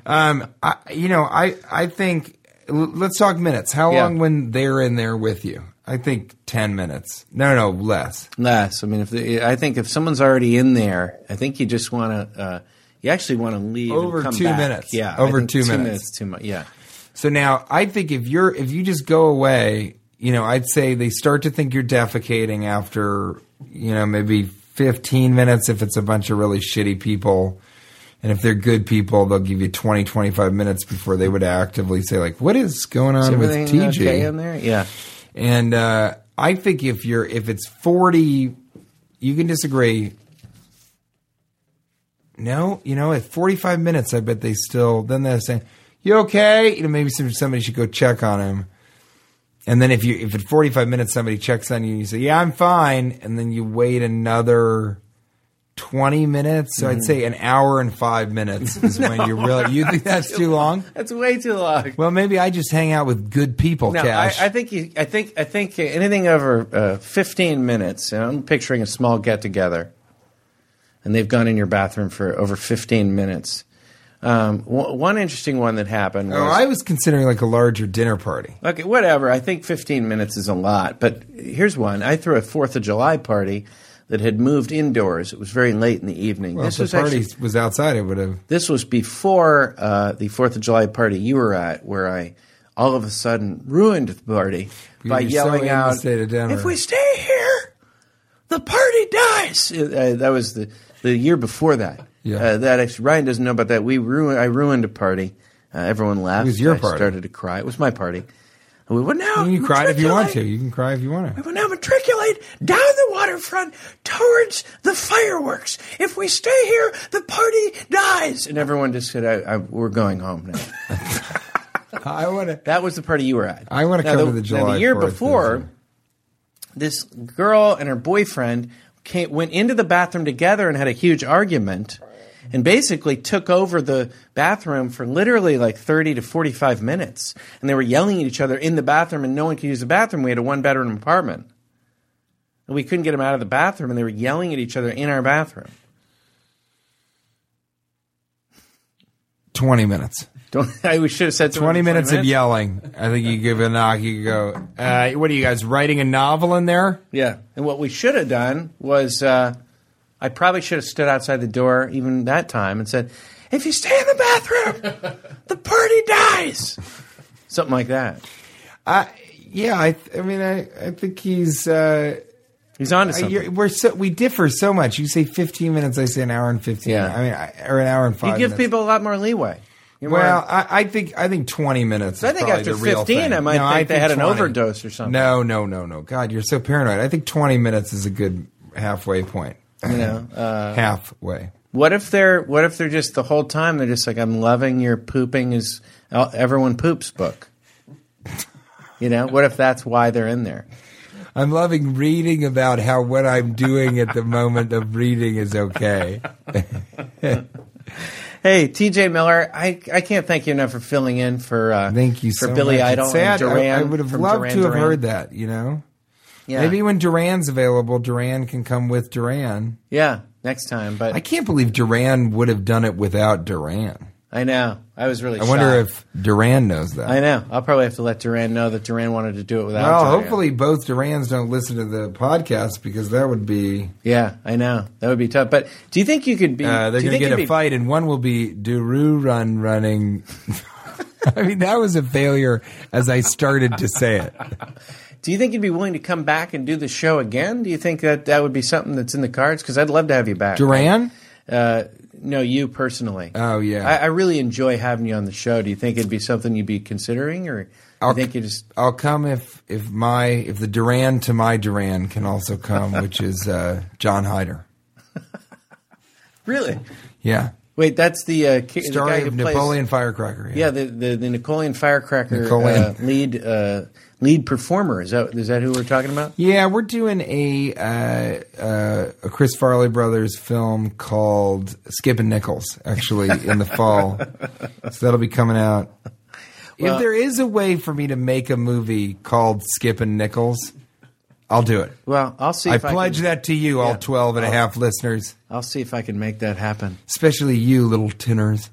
S3: Um, I, you know, I, I think l- let's talk minutes. How
S2: Yeah.
S3: long when they're in there with you? I think ten minutes. No, no, less.
S2: Less. I mean, if the, I think if someone's already in there, I think you just want to. Uh, you actually want to leave and
S3: Over
S2: come
S3: two
S2: back.
S3: minutes.
S2: Yeah, I
S3: Over
S2: think
S3: two
S2: two
S3: minutes.
S2: minutes. Too much. Yeah,
S3: So now I think if you're if you just go away, you know, I'd say they start to think you're defecating after you know maybe fifteen minutes if it's a bunch of really shitty people. And if they're good people, they'll give you 20, 25 minutes before they would actively say, like, what is going on with
S2: Everything
S3: TJ?
S2: okay in there? Yeah.
S3: And uh, I think if you're if it's forty, you can disagree. No, you know, at forty five minutes, I bet they still. Then they're saying, "You okay?" You know, maybe some, somebody should go check on him. And then if you if at forty five minutes somebody checks on you, and you say, "Yeah, I'm fine," and then you wait another. 20 minutes so
S2: Mm-hmm.
S3: i'd say an hour and five minutes is
S2: *laughs*
S3: when you really you think that's too long
S2: That's way too long.
S3: well maybe i just hang out with good people
S2: No, I,
S3: cash
S2: I think you, I think I think anything over uh, fifteen minutes. And I'm picturing a small get together, and they've gone in your bathroom for over fifteen minutes. Um, w- one interesting one that happened. Was,
S3: Oh, I was considering like a larger dinner party.
S2: Okay, whatever. I think 15 minutes is a lot. But here's one. I threw a 4th of July party that had moved indoors. It was very late in the evening.
S3: Well,
S2: this
S3: if
S2: was
S3: the party
S2: actually,
S3: was outside, it would have.
S2: this was before uh, the 4th of July party you were at where I all of a sudden ruined the party by
S3: were so
S2: yelling
S3: in the
S2: out
S3: state of Denver.
S2: If we stay here, the party dies. Uh, that was the the year before that.
S3: Yeah.
S2: Uh, that actually, Ryan doesn't know about that. We ruined I ruined a party. Uh, everyone laughed.
S3: was your
S2: I
S3: party.
S2: started to cry. It was my party. We went now.
S3: You can cry if you want to.
S2: matriculate.
S3: You can cry if you want to.
S2: We will now matriculate down the waterfront towards the fireworks. If we stay here, the party dies. And everyone just said, I, I, "We're going home now."
S3: *laughs* I want to.
S2: That was the party you were at.
S3: I wanna
S2: Now,
S3: come to the
S2: Now,
S3: July
S2: the year
S3: 4th
S2: before,
S3: visit.
S2: this girl and her boyfriend came, went into the bathroom together and had a huge argument and basically took over the bathroom for literally like 30 to 45 minutes. And they were yelling at each other in the bathroom and no one could use the bathroom. We had a one bedroom apartment. And we couldn't get them out of the bathroom and they were yelling at each other in our bathroom.
S3: Twenty minutes.
S2: Don't, *laughs* I should have said
S3: Twenty minutes, of yelling. I think you give a knock. You go. Uh, what are you guys writing a novel in there?
S2: Yeah. And what we should have done was uh, I probably should have stood outside the door even that time and said, if you stay in the
S3: *laughs*
S2: bathroom, the party dies. Something like that.
S3: I yeah. I, th- I mean, I, I think he's. Uh,
S2: He's on to
S3: I-
S2: something.
S3: you're, we're so we differ so much. You say fifteen minutes. I say an hour and fifteen.
S2: Yeah.
S3: I mean, I, or an hour and five.
S2: you give
S3: minutes.
S2: people a lot more leeway. You're more-
S3: Well, I, I think I think twenty minutes. Is
S2: I think
S3: probably
S2: after
S3: the real
S2: 15,
S3: thing.
S2: I might think they had an overdose or something.
S3: No, no, no, no. God, you're so paranoid. I think twenty minutes is a good halfway point.
S2: you know, uh,
S3: halfway.
S2: what if they're what if they're just the whole time they're just like I'm loving your pooping is everyone poops book. You know, what if that's why they're in there?
S3: I'm loving reading about how what I'm doing at
S2: *laughs*
S3: the moment of reading is okay.
S2: Hey, TJ Miller, I, I can't thank you enough for filling in for uh,
S3: Thank you
S2: for
S3: so
S2: Billy
S3: much.
S2: Idol
S3: It's sad.
S2: and
S3: I,
S2: Duran.
S3: I would have
S2: from
S3: loved
S2: Duran
S3: to have
S2: Duran.
S3: heard that. You know,
S2: Yeah,
S3: maybe when Duran's available, Duran can come with Duran.
S2: yeah, next time. But
S3: I
S2: I,
S3: can't believe Duran would have done it without Duran.
S2: know I was really.
S3: I wonder
S2: shocked.
S3: if Duran knows that.
S2: I know I'll probably have to let Duran know that Duran wanted to do it without.
S3: Well,
S2: Duran.
S3: Oh, hopefully both Durans don't listen to the podcast because that would be
S2: Yeah, I know that would be tough. But do you think you could be?
S3: uh, they're going
S2: do you
S3: to
S2: think
S3: get a
S2: you'd be-
S3: fight, and one will be Duru Run running. *laughs* I mean, that was a failure as I started to say it.
S2: Do you think you'd be willing to come back and do the show again? Do you think that that would be something that's in the cards? Because I'd love to have you back.
S3: Duran?
S2: Uh, no, you personally.
S3: Oh yeah,
S2: I, I really enjoy having you on the show. Do you think it'd be something you'd be considering, or I
S3: I'll-
S2: think you just
S3: I'll come if if my if the Duran to my Duran can also come, which is uh, John Hyder.
S2: really?
S3: Yeah,
S2: Wait, that's the uh, ki- the guy
S3: story
S2: who
S3: of
S2: plays-
S3: Napoleon Firecracker.
S2: Yeah, the, the the Napoleon Firecracker
S3: Napoleon.
S2: Uh, lead uh, lead performer. Is that is that who we're talking about?
S3: Yeah, we're doing a uh, uh, a Chris Farley brothers film called Skip and Nichols, actually, in the
S2: *laughs*
S3: fall. so that'll be coming out. if there is a way for me to make a movie called Skip and Nichols, I'll do it.
S2: Well, I'll see.
S3: I
S2: if
S3: pledge
S2: I can,
S3: that to you, all
S2: Yeah. Uh-huh.
S3: 12 and a half listeners,
S2: I'll see if I can make that happen.
S3: especially you, little tinners.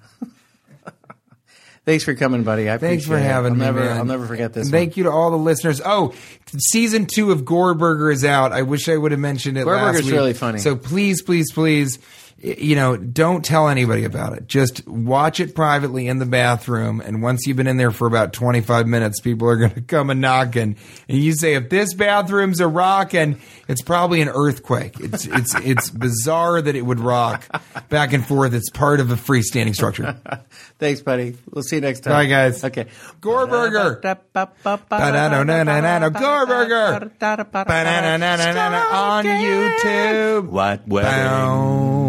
S2: Thanks for coming, buddy. I
S3: Thanks for
S2: appreciate it.
S3: having
S2: I'll
S3: me.
S2: Never,
S3: man.
S2: I'll never forget this.
S3: And Thank you to all the listeners. Oh, season two of Gore Burger is out. I wish I would have mentioned it.
S2: Gore
S3: last
S2: Burger's
S3: week.
S2: really funny.
S3: So please, please, please, y- you know, don't tell anybody about it. Just watch it privately in the bathroom. And once you've been in there for about 25 minutes, people are *laughs* going to come and knock. And, and you say, if this bathroom's a rockin', it's probably an earthquake. It's, it's, it's bizarre that it would rock back and forth. It's part of a freestanding structure.
S2: Thanks, buddy. We'll see you next time.
S3: All right, guys.
S2: Okay.
S3: Gorberger. Ba-da-da-da-da-da. Gorberger. Ba-na-na-na-na-na-na on YouTube.
S2: What wedding?
S3: Bow.